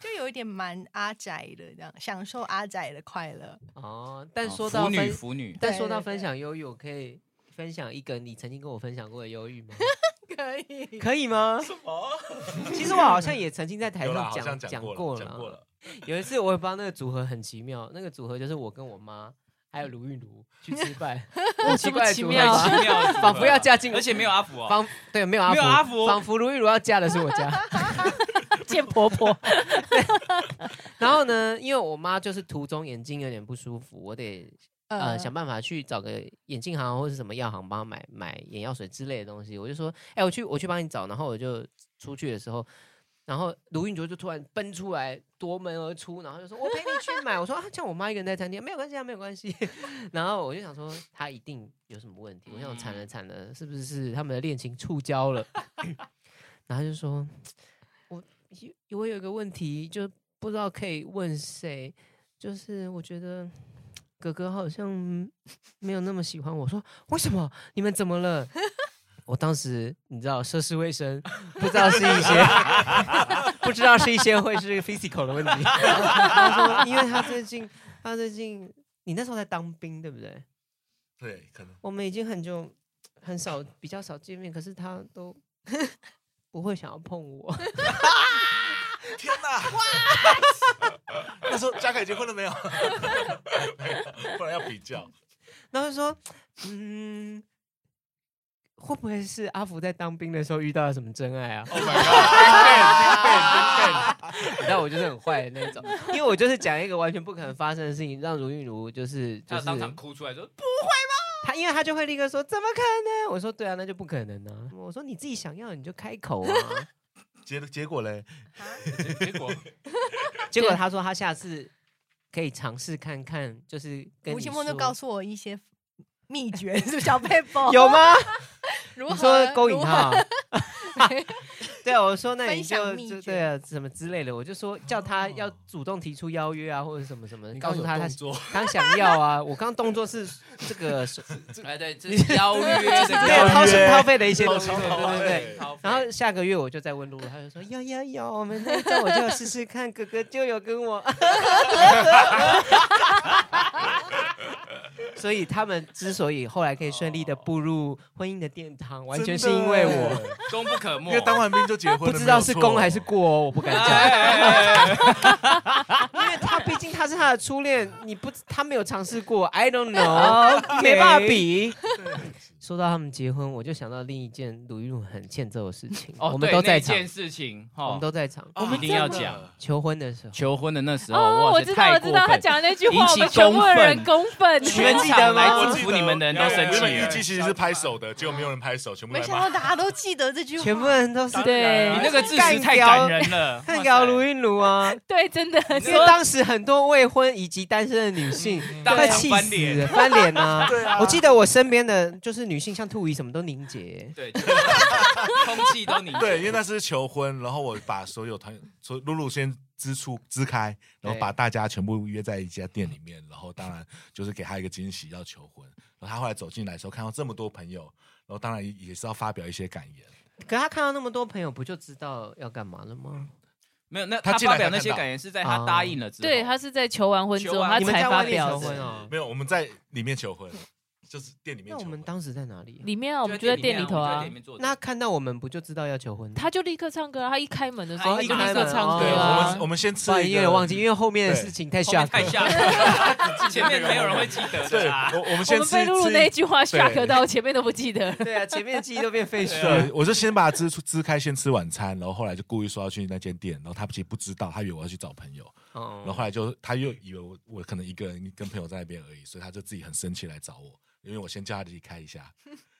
D: 就有一点蛮阿宅的这样，享受阿宅的快乐。
F: 哦，但说
E: 腐
F: 到
E: 女，
F: 分，
D: *laughs*
E: 腐女，
F: 但
D: 对
F: 说到
D: 对
F: 分
D: 对
F: 享忧郁，我可以分享一个你曾经跟我分享过的忧郁吗？
D: *laughs* 可以，
F: 可以吗？什么？ *laughs* 其实我好像也曾经在台
H: 有啦，
F: 上
H: 好像
F: 讲
H: 讲
F: 过
H: 过了，讲过
F: 了。
H: 了。
F: 有一次我也不知道那个组合很奇妙，那个组合就是我跟我妈还有卢韵如去
D: *laughs*
F: 吃饭，很奇怪的
B: 奇
F: 组合
D: 啊
F: 啊
B: 妙
F: 吧，
E: 奇妙的组合
F: 仿佛要嫁进，
E: 而且没有阿福哦。
F: 仿对没有阿
E: 没有
F: 福
E: 阿福
F: 仿佛卢韵如要嫁的是我家。
B: *laughs*
D: *laughs*
B: 见婆婆，
F: 然后呢，因为我妈就是途中眼睛有点不舒服，我得呃，想办法去找个眼镜行或是什么药行帮他买买眼药水之类的东西。我就说，哎、我去我去帮你找。然后我就出去的时候，然后卢韵卓就突然奔出来，夺门而出，然后就说：“我陪你去买。”我说：“啊，叫我妈一个人在餐厅，没有关系啊，没有关系。” *laughs* 然后我就想说，她一定有什么问题。我想惨了惨了，是不是是他们的恋情触礁了？ *coughs* 然后她就说：“我我有一个问题，就不知道可以问谁，就是我觉得。”哥哥好像没有那么喜欢我。说为什么？你们怎么了？ *laughs* 我当时你知道涉世未深，不知道是一些不知道是一些会是 physical 的问题。 *laughs* 他说，因为他最近他最近你那时候在当兵对不对？
H: 对，可能
F: 我们已经很久很少比较少见面，可是他都 *laughs* 不会想要碰我。 *laughs*
H: 天哪！ *laughs* 那时候嘉凯结婚了没有？ *laughs* 不然要比较。
F: 然后就说，嗯，会不会是阿福在当兵的时候遇到了什么真爱啊？
H: Oh my god！
F: *laughs* 你知道我就是很坏的那种，因为我就是讲一个完全不可能发生的事情，让如韵如就是就
E: 他
F: 是
E: 当场哭出来说：“不，
F: 他，因为他就会立刻说怎么可能？我说对啊，那就不可能啊。我说你自己想要你就开口
D: *laughs*
F: 啊。
H: *laughs* 结结果嘞，
E: 结果
F: 结果他说他下次可以尝试看看，就是跟
D: 吴
F: 你
D: 青峰就
F: 说
D: 告诉我一些秘诀，是不是小佩宝
F: *laughs* 有吗？
D: 如
F: 你
D: 何
F: 说勾引他啊、
D: *laughs* 如何
F: *laughs* 对啊，我说那你
D: 分享
F: 就
D: 秘
F: 就
D: 诀哦
F: 对啊，什么之类的，我就说叫他要主动提出邀约啊，或者什么什么，告诉
G: *laughs*
F: 他他
H: 做
F: *laughs* 他想要啊。我刚动作是这
D: *laughs*
F: 个是
E: 哎，对，这是哎邀约，这个
F: 对啊
H: 邀约
F: 掏心掏肺的一些东西，
E: 掏
F: 对
E: 心掏
F: 对对对。
E: 对
F: 然后下个月我就再问露露，他就说有有有，我们那一站我就要试试看，哥哥就有跟我。 *laughs* 所以他们之所以后来可以顺利的步入婚姻的殿堂，完全是因为我，
E: 功不可没哎
H: 因为当完兵就结婚
F: 不
H: 了，
F: 知道是
H: 没有
F: 功
H: 错
F: 还是过哦，我不敢讲， *laughs* 因为他毕竟他是他的初恋，你不他没有尝试过，I don't *laughs* know，没办法比。说到他们结婚，我就想到另一件鲁豫鲁很欠揍的事情，
E: 哦，
F: 我们
E: 对
F: 都
E: 那
F: 在场，
E: 件事情，哈
F: 我们都在场，
E: 我们一定要讲
F: 求婚的时候。
E: 求婚的那时候，
B: 哦，
E: 哇
B: 我
E: 塞
B: 知道，我
E: 太
B: 知
E: 过
B: 道，他
E: 分，
B: 讲的那句
E: 引
B: 话，我
E: 起
B: 们全部
E: 公愤
B: 人公
E: *laughs*
B: 愤，
E: 全
F: 记得
E: 场
F: 吗
E: 来
H: 我
E: 祝
H: 记
E: 福
H: 得
E: 你们的人都生
H: 原本
E: 气
H: 一
E: 了。
H: 季其实是拍手的，结果没有人拍手，全部
D: 没
H: 来
D: 想到
H: 骂。
D: 大家都记得这
F: *laughs*
D: 句话，
F: 问都
B: 啊
F: 是
B: 对
E: 你那个致辞太感人
F: *laughs*
E: 了，
F: 看搞卢
E: 哇塞
F: 韵如啊，
B: 对，真的，
F: 因 *laughs* 为当时很多未婚以及单身的女性
B: 嗯
E: 当
F: 快
B: 啊
E: 场
F: 气
E: 翻
F: 死了，
E: 脸
F: 翻脸啊！
H: 对啊
F: 我记得我身边的就是女性，像兔姨什么都凝结。
E: 对， *laughs* 就是空气都
F: *laughs*
E: 凝结
H: 对，因为那是求婚，然后我把所有团， *laughs* 所露露先支出支开，然后把大家全部约在一家店里面，然后当然就是给他一个惊喜，要求婚。然后他后来走进来的时候，看到这么多朋友，然后当然也是要发表一些感言。
F: 可她看到那么多朋友，不就知道要干嘛了吗？
E: 没有，那
H: 他
E: 他
H: 进来
E: 发表
H: 才
E: 那些
H: 看到
E: 感言是在他答应了之后，
B: 对，他是在求完婚之
E: 求
B: 后，
E: 完
B: 他
F: 你们
B: 才
F: 在
B: 发
F: 外面
B: 表
F: 求
B: 的。
F: 婚哦？
H: 没有，我们在里面求婚，就是店里面
F: 那
H: 求
F: 我
H: 婚。
F: 们当时在哪里？
B: 里面啊，我们就在店里头啊，
F: 那看到我们不就知道要求婚了？哦
B: 他就立刻唱歌啊，他一开门的时
E: 哦
B: 候
E: 一
B: 就立
E: 开
B: 刻
F: 门
B: 唱
F: 哦
B: 歌
H: 对，我
B: 啊
H: 们我。们先吃
F: 不然
H: 一
F: 因为
H: 个
F: 我忘记，因为后面的
H: 对
F: 事情太
E: 下
F: 吓
E: 太
F: 人了。
E: 吓人了，前面没有人会记得
H: *laughs* 对，
E: 的啊。
H: 我我们
B: 我
H: 先
B: 们
H: 吃
B: 被露露
H: 吃
B: 那一句话
H: 对
B: shock 到，前面都不记得。
F: 对啊，前面的记忆都变废墟了。
B: 啊
H: 对，我就先把它支出支开，先吃晚餐，然后后来就故意说要去那间店，然后他其实不知道，他以为我要去找朋友，
F: 哦
H: 然后后来就他又以为我我可能一个人跟朋友在那边而已，所以他就自己很生气来找我，因为我先叫他离开一下，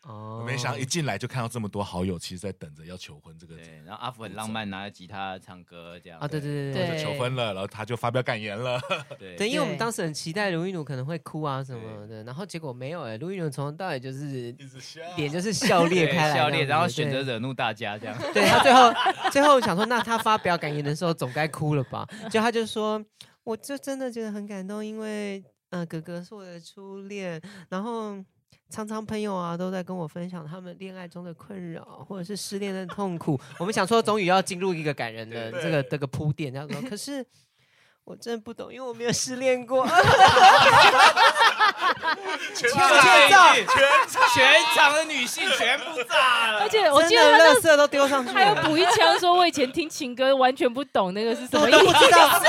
F: 哦
H: 我没想到一进来就看到这么多好友，其实在等着要求婚这个
E: 对，然后阿福很浪漫，拿着吉他唱歌这样
F: 啊，对对对对
B: 对
H: 就求婚了，然后他就发表感
F: *laughs*
H: 言了，
E: 对
F: 对，因为我们
B: 对
F: 当时很期待卢玉奴可能会哭啊什么的，然后结果没有哎、卢玉奴从头到尾就是
H: 一直笑。
F: 脸就是笑
E: 嗯
F: 裂
E: 对
F: 开来这样
E: 笑
F: 子，
E: 脸，然后选择
F: 对
E: 惹怒大家这样。
F: 对他最后最后想说，那他发表感言的时候总该哭了吧？就他就说，我就真的觉得很感动，因为呃，哥哥是我的初恋，然后。常常朋友啊都在跟我分享他们恋爱中的困扰，或者是失恋的痛苦。我们想说，终于要进入一个感人的这个这个铺垫。他说，可是我真的不懂，因为我没有失恋过。
H: 全
F: 场欠揍
H: 全场
E: 全场的女性全部炸了
B: 而。且 *laughs* 我记得
F: 真
B: 他
F: 的
B: 那
F: 垃圾都丢上去
B: 还
F: *laughs*
B: 有
F: 了，
B: 补一枪，说我以前听情歌完全不懂那个是什么
F: 我
B: 意
F: 都不
B: 思。
F: 知道， *laughs*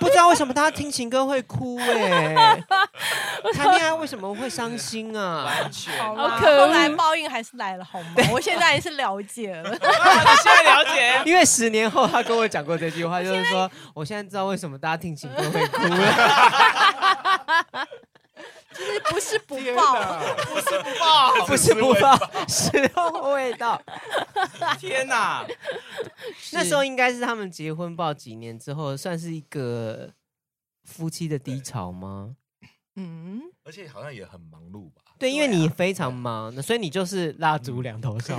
F: 不知道为什么大家听情歌会哭哎、
B: *laughs*
F: 谈恋爱为什么会伤心啊？ *laughs*
E: 完全，
D: 好
B: 好
D: 啦，
B: 可恶
D: 后来报应还是来了，好吗？我现在也是了解了，
E: 你现在了解。
F: 因为十年后他跟我讲过这句话，就是说
B: *laughs*
F: 我现在知道为什么大家听情歌会哭 *laughs* 了。
D: 就是不是不报，
F: 不是不报，时候未到。
E: 天哪！
F: 那时候应该是他们结婚报几年之后，算是一个夫妻的低潮吗？
D: 嗯，
H: 而且好像也很忙碌吧。，
F: 对，嗯因为你非常忙，那所以你就是蜡烛两头 *laughs* 烧。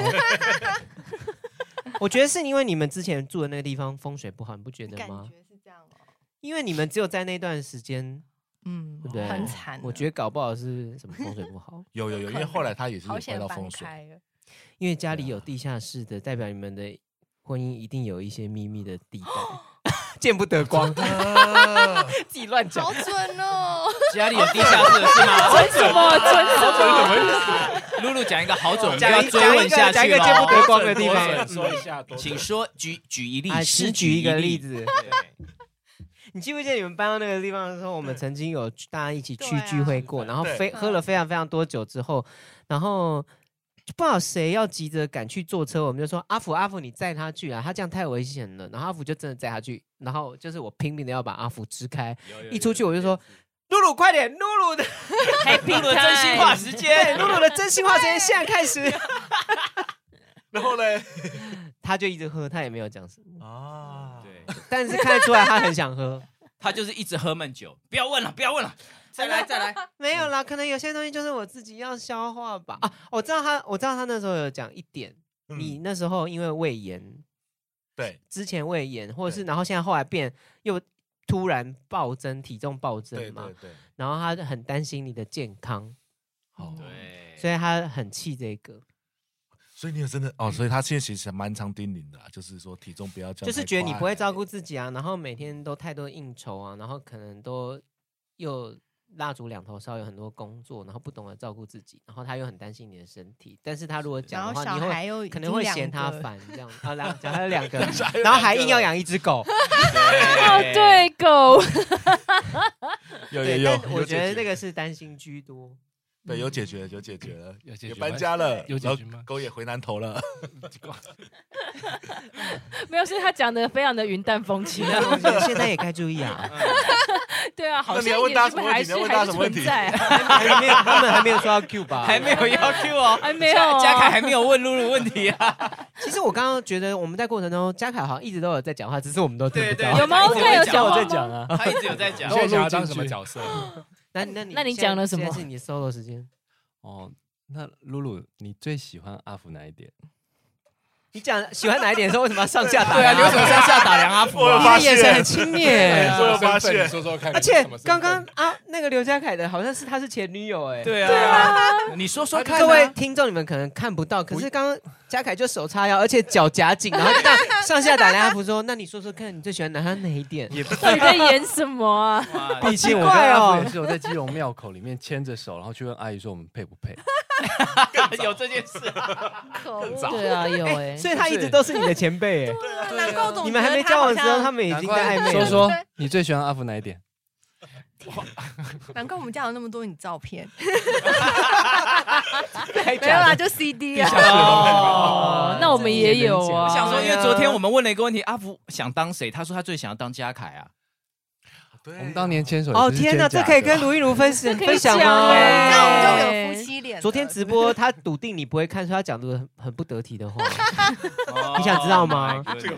F: 我觉得是因为你们之前住的那个地方风水不好，你不觉得
D: 感
F: 吗
D: 觉？是这样哦，
F: 因为你们只有在那段时间，
D: 嗯
F: 对不对？
D: 很惨啊，
F: 我觉得搞不好是什么风水不 *laughs* 好
H: 有有有，因为后来他也是有坏到风水，
D: 了，
F: 因为家里有地下室的，代表你们的婚姻一定有一些秘密的地带，
D: *laughs*
F: 见不得光。 *laughs* 自己乱讲
D: 好，准哦，
E: 家里有地下室 *laughs* 是吗？
B: 存什么存什么？
E: 露露讲一个好准，我们就
F: 讲
E: 要
F: 一
E: 追问下去
F: 讲一个
E: 了
F: 见不得光的地方
H: 多准
G: 嗯
H: 说一下，多准
E: 请说举举一例
F: 啊，
E: 是
F: 只举一个
E: *laughs*
F: 例
E: 子。
F: 子，
E: 对
F: *laughs* 你记不记得你们搬到那个地方的时候，我们曾经有去大家一起去
D: 对啊
F: 聚会过，然后
H: 对
F: 非喝了非常非常多酒之后，然后就不知道谁要急着赶去坐车，我们就说阿福阿福你载他去啊，他这样太危险了。然后阿福就真的载他去，然后就是我拼命的要把阿福支开，一出去我就说露露快点，露露的
E: 露露的真心话时
D: 哎
E: 间，
F: 露露的真心话时间现在
D: *laughs*
F: 开始。
H: 然后嘞
F: 他就一直喝，他也没有讲什么，
H: 啊，
E: 对，
F: 但是看得出来他很想喝。
E: 他就是一直喝闷酒，不要问了，不要问了，哎再来再 *laughs* 来。
F: 没
H: 嗯
F: 有啦，可能有些东西就是我自己要消化吧。啊，我知道他，我知道他那时候有讲一点，
H: 嗯
F: 你那时候因为胃炎
H: 对，
F: 之前胃炎，或者是
H: 对
F: 然后现在后来变又突然暴增，体重暴增
H: 对
F: 嘛，
H: 对对，
F: 然后他很担心你的健康，
H: 好，
E: 对，
F: 所以他很气这个，
H: 哦所以你有真的哦，所以他现在其实蛮常叮咛的啊，就是说体重不要这样，，
F: 就是觉得你不会照顾自己啊，然后每天都太多应酬啊，然后可能都又蜡烛两头烧，有很多工作，然后不懂得照顾自己，然后他又很担心你的身体，但是他如果
D: 然
F: 讲的
D: 后
F: 话，
D: 小
F: 你会
D: 孩又已
F: 可
D: 经
F: 能会
D: 两
F: 嫌他
D: 个
F: 烦这样啊，两讲还有两个
H: 小孩啊有
F: 然后还
H: 两个
F: 硬要养一只狗，
E: 哎
B: 哦，对，狗，
H: 有有
F: 对，
H: 有，
F: 但我
H: 有解
F: 觉得
H: 决
F: 那个是担心居 *laughs* 多，
H: 对有解决了，有解决了，
G: 有解
H: 也
G: 决
H: 搬
G: 吗
H: 家了，
G: 有解
H: 然后
G: 决吗
H: 狗也回南头了，
B: 没有，所以他讲的非常的云淡风轻。
F: 我觉得现在也该注意啊，
B: 对啊，好
H: 那
B: 像
H: 你要问
B: 也
H: 他
B: 是
H: 什么问
B: 还
H: 题你要
B: 是
H: 问
B: 还
H: 他
B: 是
H: 什么问
B: 存
H: 题
B: 在啊，
F: *laughs*
B: *laughs*
F: 还没有，他们还没有说到 Q 吧？
E: 还没有要 Q 哦，
B: 还没有啊
E: 嘉凯还没有问露露问题啊，
F: 其实我刚刚觉得我们在过程中，嘉凯好像一直都有在讲话，只是我们都
E: *laughs*
F: 听
E: 对
F: 不
E: 对
F: 到。
E: 对
B: 有吗
E: 哦他一直
B: ？OK，有
E: 在
B: 讲
E: 讲
B: 话
E: 话
B: 吗
G: 讲啊，
E: 他一直有在讲
G: 你，现在想要
F: 录进
G: 当什么
F: 去
G: 角色？
H: *laughs*
F: 那那你
B: 那你
F: 现在
B: 讲了什么
F: 现在是你 solo 时间，
G: 哦，那露露，你最喜欢阿福哪一点？
F: 你讲喜欢哪一点的时候，为什么要上下打？
E: 对啊，你为什么上下打量阿福
H: 我有
E: 啊？
H: 发
F: *laughs* 你的眼神很
H: 现，啊
F: 轻蔑。
H: 我有发
G: 身份
H: 现
G: 你说说看，
F: 而且
G: 你是什么身
F: 刚
G: 份
F: 刚啊，那个刘家凯的好像是他是前女友哎。。
E: 对啊，你说说看啊，
F: 各位听众，你们可能看不到，可是刚刚嘉凯就手叉腰，而且脚夹紧，然后这样上下打量阿福说：“那你说说看，你最喜欢哪他哪一点
G: 也不
B: 到底在演什么啊？
E: 哇
G: 毕竟我
F: 好
G: 跟
F: 奇怪哦
G: 阿福也是有在基隆庙口里面牵着手，然后去问阿姨说我们配不
F: *laughs*
G: 配。
E: 有这件事啊，
D: 可恶，
B: *laughs*
D: 啊
B: 对啊， *laughs* 有？”哎，
F: 所以他一直都是你的前辈哎。
D: 难怪我总
F: 你们还
D: 觉得
F: 没交往的时
D: 好
F: 候，
D: 像
F: 他们已
G: 难
F: 经
G: 怪
F: 在暧昧
G: 说
F: 了。
G: 说 *laughs* 你最喜欢阿福哪一点？
D: 难怪我们家有那么多你照
F: *laughs*
D: 片，
F: 还
D: 没有
F: 假
D: 啦，
F: 的
D: 就 CD 啊。
B: 哦，那我们也有啊。
E: 我想说，因为
F: 对啊
E: 昨天我们问了一个问题，阿福想当谁？他说他最想要当嘉凯啊。
H: 对
G: 我们当年牵手
F: 哦天
G: 哪，
F: 哪，这可以跟
G: *laughs*
F: 卢一如分享
B: 可以
F: 分享
B: 讲
F: 吗？
B: 哎
D: 欸这样我们就有夫妻脸了。
F: 昨天直播，他笃定你不会看，所以他讲的很很不得体的话，
E: 你
F: 你想知道吗？
E: 这个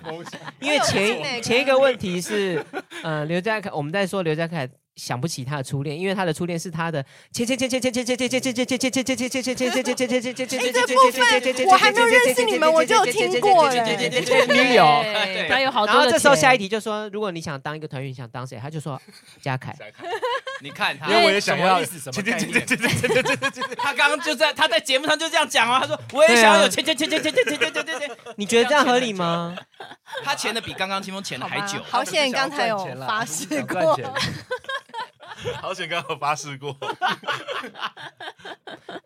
F: 因为
D: 我有听那个
F: 前前一个问题是，呃，刘家凯，我们在说刘家凯想不起他的初恋，因为他的初恋是他的前前前前前前前前前前前前前前前前前前前前前前前前前前前前
D: 我还没有认识你们，我就有听过了。
F: 女友。
G: 啊
F: *laughs*
E: 对
B: 他有好
F: 然
B: 多
F: 后
B: 的。
F: 这时候下一，题就说，如果你想当一个团员，你想当谁？他就说嘉凯。
E: 你看他
H: 因，为我也想要，
G: 意思什么
H: 切切切切切切切切切
E: *laughs*
H: 切
E: 他刚刚就在他在节目上就这样讲啊，他说我也想要有钱钱钱钱钱钱钱钱钱钱，
F: 你觉得这样合理吗？
E: 他钱的比刚刚清风钱的
D: 好
E: 还
D: 吧
E: 久， *laughs*
D: 好险刚才有
G: *laughs*
D: 发誓过，
H: 好险，刚刚有发誓过，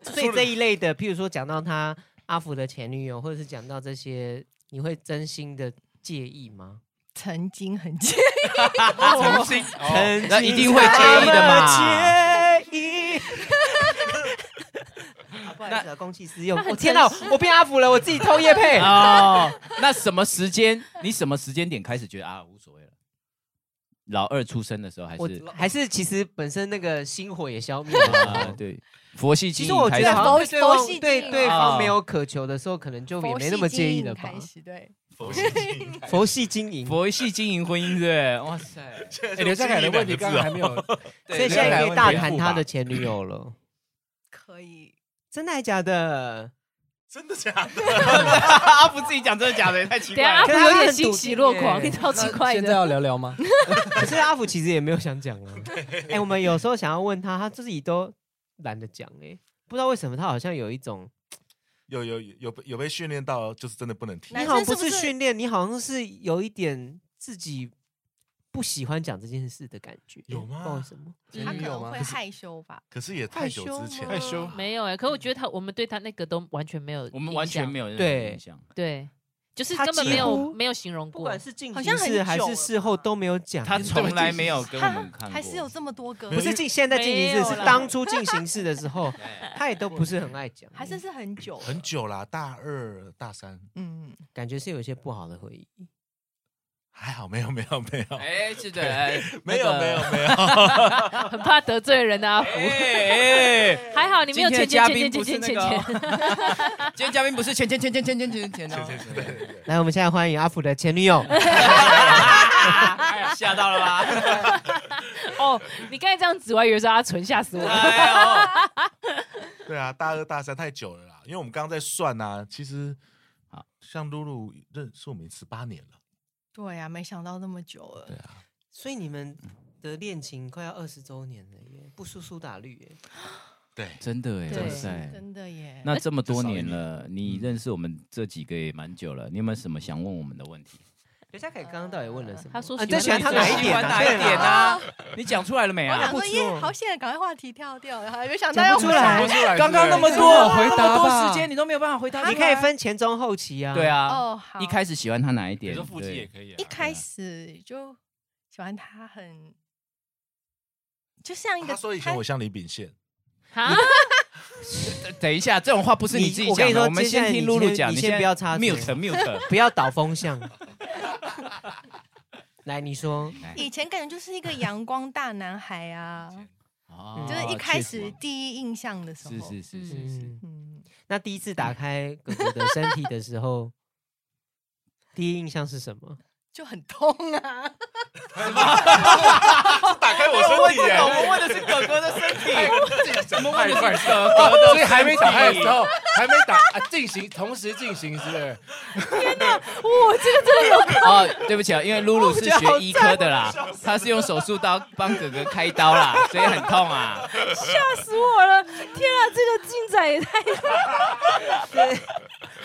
F: 所以这一类的，譬如说讲到他阿福的前女友，或者是讲到这些，你会真心的介意吗？
D: 曾经很近，
E: 重新，
F: 哦
E: 哦那一定会
F: 介
E: 介意的嘛。
F: 介意。 *laughs* 啊不好意思啊，公器私用。我天哪，我变阿福了，我自己偷夜 *laughs* 配。啊
E: 哦，那什么时间？你什么时间点开始觉得啊无所谓了？老二出生的时候还
F: 我
E: 是
F: 还是其实本身那个星火也消灭
E: 啊
F: 了。
E: 对佛系
F: *laughs*
E: 经
F: 其实我
E: 营
F: 觉
E: 开
F: 得
E: 始，
F: 好像对
D: 佛
F: 对
D: 系
F: 方
D: 经营
F: 对对方没有渴求的时候，可能就也没那么介意了吧
D: 开。始对，
H: 佛系经营
F: 佛系经营，
E: 佛系经营婚姻是不是？哇塞！
G: 哎刘家凯的问啊题刚刚还没有，
F: 所以现在可以大谈他的前女友了。
D: 可以。
F: 真的还假的？
H: 真的假
E: *laughs*
H: 的？
E: 阿福自己讲真的假的，也太奇
B: 等一下
E: 怪
B: 阿
E: 了。
B: 福啊有点欣喜若狂，
F: *laughs*
B: 超奇怪
G: 现在要
B: 的。
G: 聊聊 *laughs* 吗？
F: 可是阿福其实也没有想讲啊。哎、我们有时候想要问他，他自己都懒得讲哎、不知道为什么他好像有一种，
H: 有有有有被训练到，就是真的不能提
D: 男
F: 你
D: 生
F: 好像不
D: 是不
F: 是
D: 是
F: 训练，你好像是有一点自己不喜欢讲这件事的感觉，哎
H: 有
F: 不
H: 吗
F: 知道为什么？
D: 他
G: 前
D: 可
G: 女友
D: 能
G: 吗
D: 会？害羞吧，
H: 可是也太久之前，
D: 害羞吗
B: *laughs* 没有哎，可我觉得他，我们对他那个都完全没有，
E: 我们完全没
B: 有，
E: 有任何
F: 对
E: 印象。
B: 对，就是
F: 他
B: 根本
F: 几
B: 没有
F: 乎
B: 没有形容
F: 不
B: 过
F: 管。是进
D: 好
F: 行
D: 像很
F: 式还
D: 久
F: 是
D: 了
F: 事后都没有讲，
E: 他从来没有跟我们看过，
D: 还是有这么多个，
F: 不是进现在进行
B: 没
F: 式，
B: 有
F: 是
B: 啦
F: 当初进行式的时候，
E: 对
F: 他也都不是很爱讲，
D: 还是是很久
H: 很久啦，大二大三
D: 嗯，
F: 感觉是有一些不好的回忆。
H: 还好，没有没有没有
E: 哎，是
H: *laughs*
E: 的，哎
H: 没有没有。没有，
B: 很怕得罪人 *laughs* 的阿福。
E: 哎，哎
B: 还好你没有钱钱钱钱钱钱 *laughs* 钱钱，
E: 今天嘉宾不是钱钱钱钱钱钱钱钱哦，
H: 对对对，
F: 来，我们现在欢迎阿福的前女友。
E: 吓到了吧？
B: 哦，你刚才这样子，我还以为是他存，吓死我了。
E: 哎
H: 对啊，大二大三太久了啦，因为我们刚刚在算啊，其实啊，像露露认识我们十八年了，
D: 对呀、没想到那么久了。
F: 所以你们的恋情快要二十周年了耶，不输苏打绿耶。
H: 对，
E: 真的哎，
B: 对
E: 哇塞！
D: 真的耶。
E: 那这么多年了，你认识我们这几个也蛮久了，你有没有什么想问我们的问题？
F: 刘家凯刚刚到底问了什么？
B: 他说
F: 啊你
B: 喜欢
F: 最喜欢他
B: 哪
F: 哪一
B: 一
E: 哪一点
F: 点、啊？*laughs* 对啦？
E: 啊？你讲出来了没
D: 我想
E: 啊？
D: 说，
F: 不
D: 耶，
F: 错
D: 好险，赶快话题跳掉，然后没想到
F: 讲
D: 要
F: 不出来
H: 不出来
E: 刚刚那么
H: 对
E: 多，
G: 回答吧
E: 那么多时间你都没有办法回答出来，
F: 你可以分前中后期啊。
E: 对啊。
D: 哦，好。
E: 一开始喜欢他哪一
G: 比
E: 点？
G: 如说腹肌
E: 对
G: 也可以啊。
D: 一开始就喜欢他很，就像一个
H: 他说以前我像李秉宪，
B: 啊，
E: 等一下，这种话不是你自己讲
F: 你我跟你
E: 的，
F: 说
E: 我们
F: 接下
E: 先
F: 来
E: 听
F: 你
E: 露露
F: 先
E: 讲。
F: 你
E: 现
F: 先
E: 在
F: 不要插嘴
E: mute mute，
F: 不要导风向。 *laughs* 来，你说，
D: 以前感觉就是一个阳光大男孩啊，
E: 哦
D: 就是一开始
E: 确
D: 第一印象的时
E: 实是
D: 候，
E: 是是是是，
F: 嗯，
D: 嗯，
F: 那第一次打开哥哥的身体的时候， *laughs* 第一印象是什么？
D: 就很痛啊，*laughs*
H: *laughs* 打开我身体耶，
E: 们问的是哥哥的身体，我们问的是哥哥的身体，
G: 啊所以还没打
E: *laughs*
G: 开的时候，还没打啊，进行同时进行，是不是？
E: 哦，对不起啊，因为露露是学医科的啦，她是用手术刀帮哥哥开刀啦，所以很痛啊。
B: *laughs* 吓死我了！天啊，这个进展也太……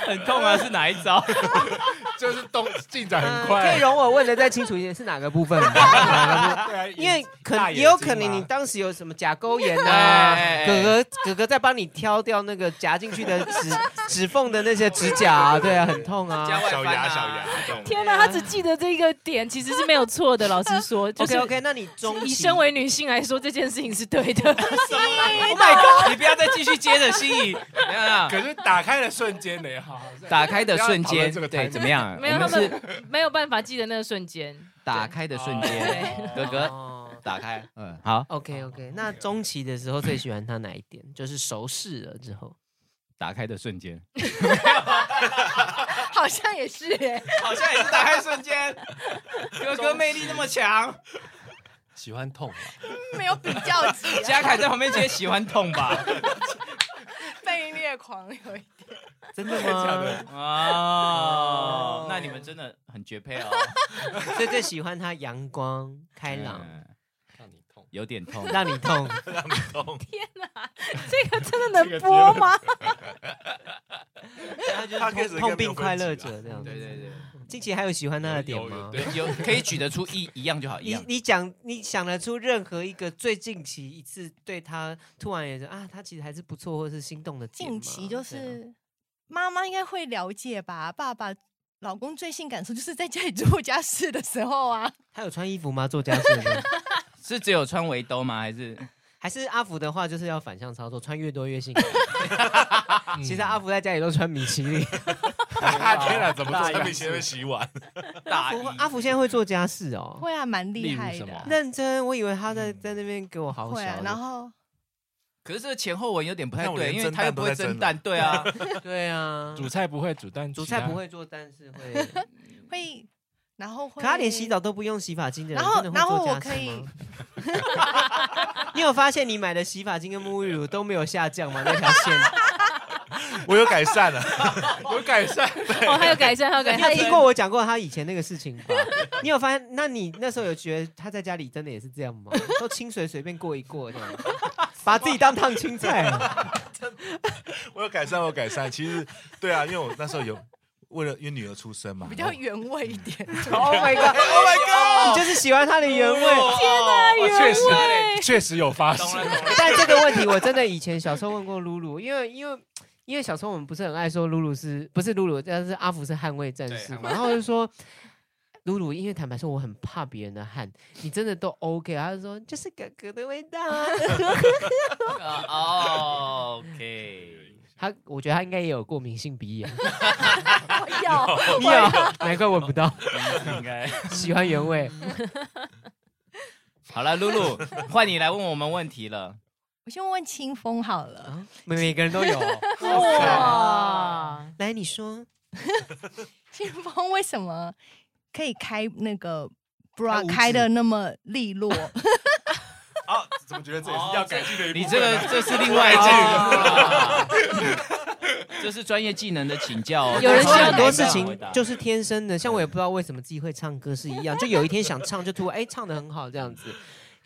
E: 很痛啊，是哪一招？
G: 就是动进展很
F: 呃可
G: 快
F: 以，容我问的再清楚一点，是哪个部分？哪个部分
G: *laughs* 对啊
F: 因为可
G: 大
F: 能
G: 眼
F: 也
G: 睛
F: 有可能
G: 嘛
F: 你当时有什么甲沟炎啊
E: 哎，
F: 哥哥哥哥在帮你挑掉那个夹进去的指指缝的那些指甲啊，对啊，很痛啊。
H: *laughs* 小牙小牙，这种
B: 天哪，他只记得这个点，其实是没有错的。老实 *laughs* 说，就是
F: OK OK，那你中
B: 以
F: 期
B: 身为女性来说，这件事情是对的。 *laughs*
E: Oh my god！你不要再继续接着心仪，没有没有
G: *laughs* 可是打开的瞬间呢，好好再
E: 打开的瞬
G: 不要讨
E: 间，
G: 论这个
E: 对，
G: timing
E: 怎么样？
B: 没有，
E: 我
B: 他
E: 们是
B: 们没有办法记得那个瞬间。
E: 打开的瞬间，哥哥打开，嗯，好，
F: OK OK，那中期的时候最喜欢他哪一点？就是熟识了之后，
E: 打开的瞬间，
D: 好像也是耶，
E: 好像也是打开瞬间，哥哥魅力那么强，
G: 喜欢痛嘛，
D: 没有比较级
E: *laughs*
D: 啊，
E: 嘉凯在旁边接喜欢痛吧？
D: 被虐狂有一
F: 真的
G: 吗？
E: 哦，那你们真的很绝配哦，
F: 所以最喜欢他阳光开朗，
E: 嗯
G: 让你痛。
E: 有点
F: *laughs*
E: 痛，
F: 让你痛。
B: *laughs* 天哪，这个真的能播吗？
F: 他就
H: 他开始
F: 是
H: 跟
F: 痛痛
H: 没有
F: 并
H: 分
F: 快乐
H: 歧了
F: 者这样。
E: 对对对，
F: 近期还有喜欢他的点吗？
E: 对，有可以举得出一一样就好，一
F: 你
E: 样。
F: 你讲你想得出任何一个最近期一次对他突然也是啊，他其实还是不错，或是心动的点吗
D: 近期就
F: 对啊
D: 是妈妈应该会了解吧，爸爸。老公最性感受就是在家里做家事的时候啊，
F: 他有穿衣服吗？做家事的时候
D: *laughs*
E: 是只有穿围兜吗？还是
F: 还是阿福的话就是要反向操作，穿越多越 *laughs* 性感。
G: 啊
F: 嗯其实阿福在家里都穿米其林，
H: 天哪，怎么做他们以前会洗碗？
E: 大
F: *laughs* 阿福阿福现在会啊做家事哦，
D: 会啊，蛮
G: 例
D: 厉
G: 如
D: 害
G: 什
D: 的
G: 么
D: 啊，
F: 认真，我以为他在在那边给我好
D: 会
F: 小
D: 啊
F: 的，，
D: 然后
E: 可是这个前后文有点不太
H: 那我
E: 对，
H: 连
E: 因为
H: 蒸
E: 他
H: 蛋
E: 又不会
H: 都在
E: 蒸
H: 蒸
E: 蛋，对啊， *laughs*
F: 对啊，
G: 煮菜不会煮蛋，
F: 煮菜不会做，但是会，
D: 会，然后会，
F: 可他连洗澡都不用洗发精的人，
D: 然后
F: 真的
D: 然
F: 会
D: 后我
F: 做家
D: 可
F: 事
D: 以
F: 吗？ *laughs* 你有发现你买的洗发精跟沐浴乳都没有下降吗？那条
D: *laughs*
F: 线，
H: 我有改善了，
G: 有改善。
B: 哦，还有改善，还有改
D: *laughs*
F: 你有
B: 善。
F: 听过我讲过他以前那个事情吧？你有发现？那你那时候有觉得他在家里真的也是这样吗？都清水随便过一
D: *laughs*
F: 过这样，把自己当烫青菜。啊
H: 我有改善，我有改善。其实对啊，因为我那时候有为了因为女儿出生嘛，
D: 比较原味一点。
F: Oh my god！Oh my god！
E: *laughs*
F: 你就是喜欢他的啊原
D: *laughs*
F: 味。
G: 哇确实 *laughs* 确实有发
E: 懂
G: 生。
E: 了懂了。
F: *laughs* 但这个问题我真的以前小时候问过露露，因为因为。因为小时候我们不是很爱说露露是不是露露，但是阿福是捍卫战士
D: *laughs*
F: 嘛，然后我就说露露，因为坦白说我很怕别人的汗，你真的都 OK，他就说就是哥哥的味道啊。
D: *laughs*
E: 哦，OK，
F: 他我觉得他应该也有过敏性鼻炎，
D: 我要，
F: 你有，难怪闻不到，
E: 应该
F: 喜欢原
D: *laughs*
F: 味。
E: 好了，露露，换你来问我们问题了。
D: 我先问问清风好了。
F: 啊每每个人都有。
B: 哇，
F: 来，你说
D: 清风为什么可以开那个
F: 开五
D: bra
F: 指
D: 开的那么利落？
H: 啊，怎么觉得这也是要改进的一部分
E: 你这个这是另外一句，
F: 哦
E: *laughs* 这是专业技能的请教
F: *laughs*
E: 哦。
B: 有人需要
F: 很多
B: 改
F: 事
B: 造
F: 情 *laughs* 就是天生的，像我也不知道为什么自己会唱歌是一样，就有一天想唱就突然哎唱的很好这样子。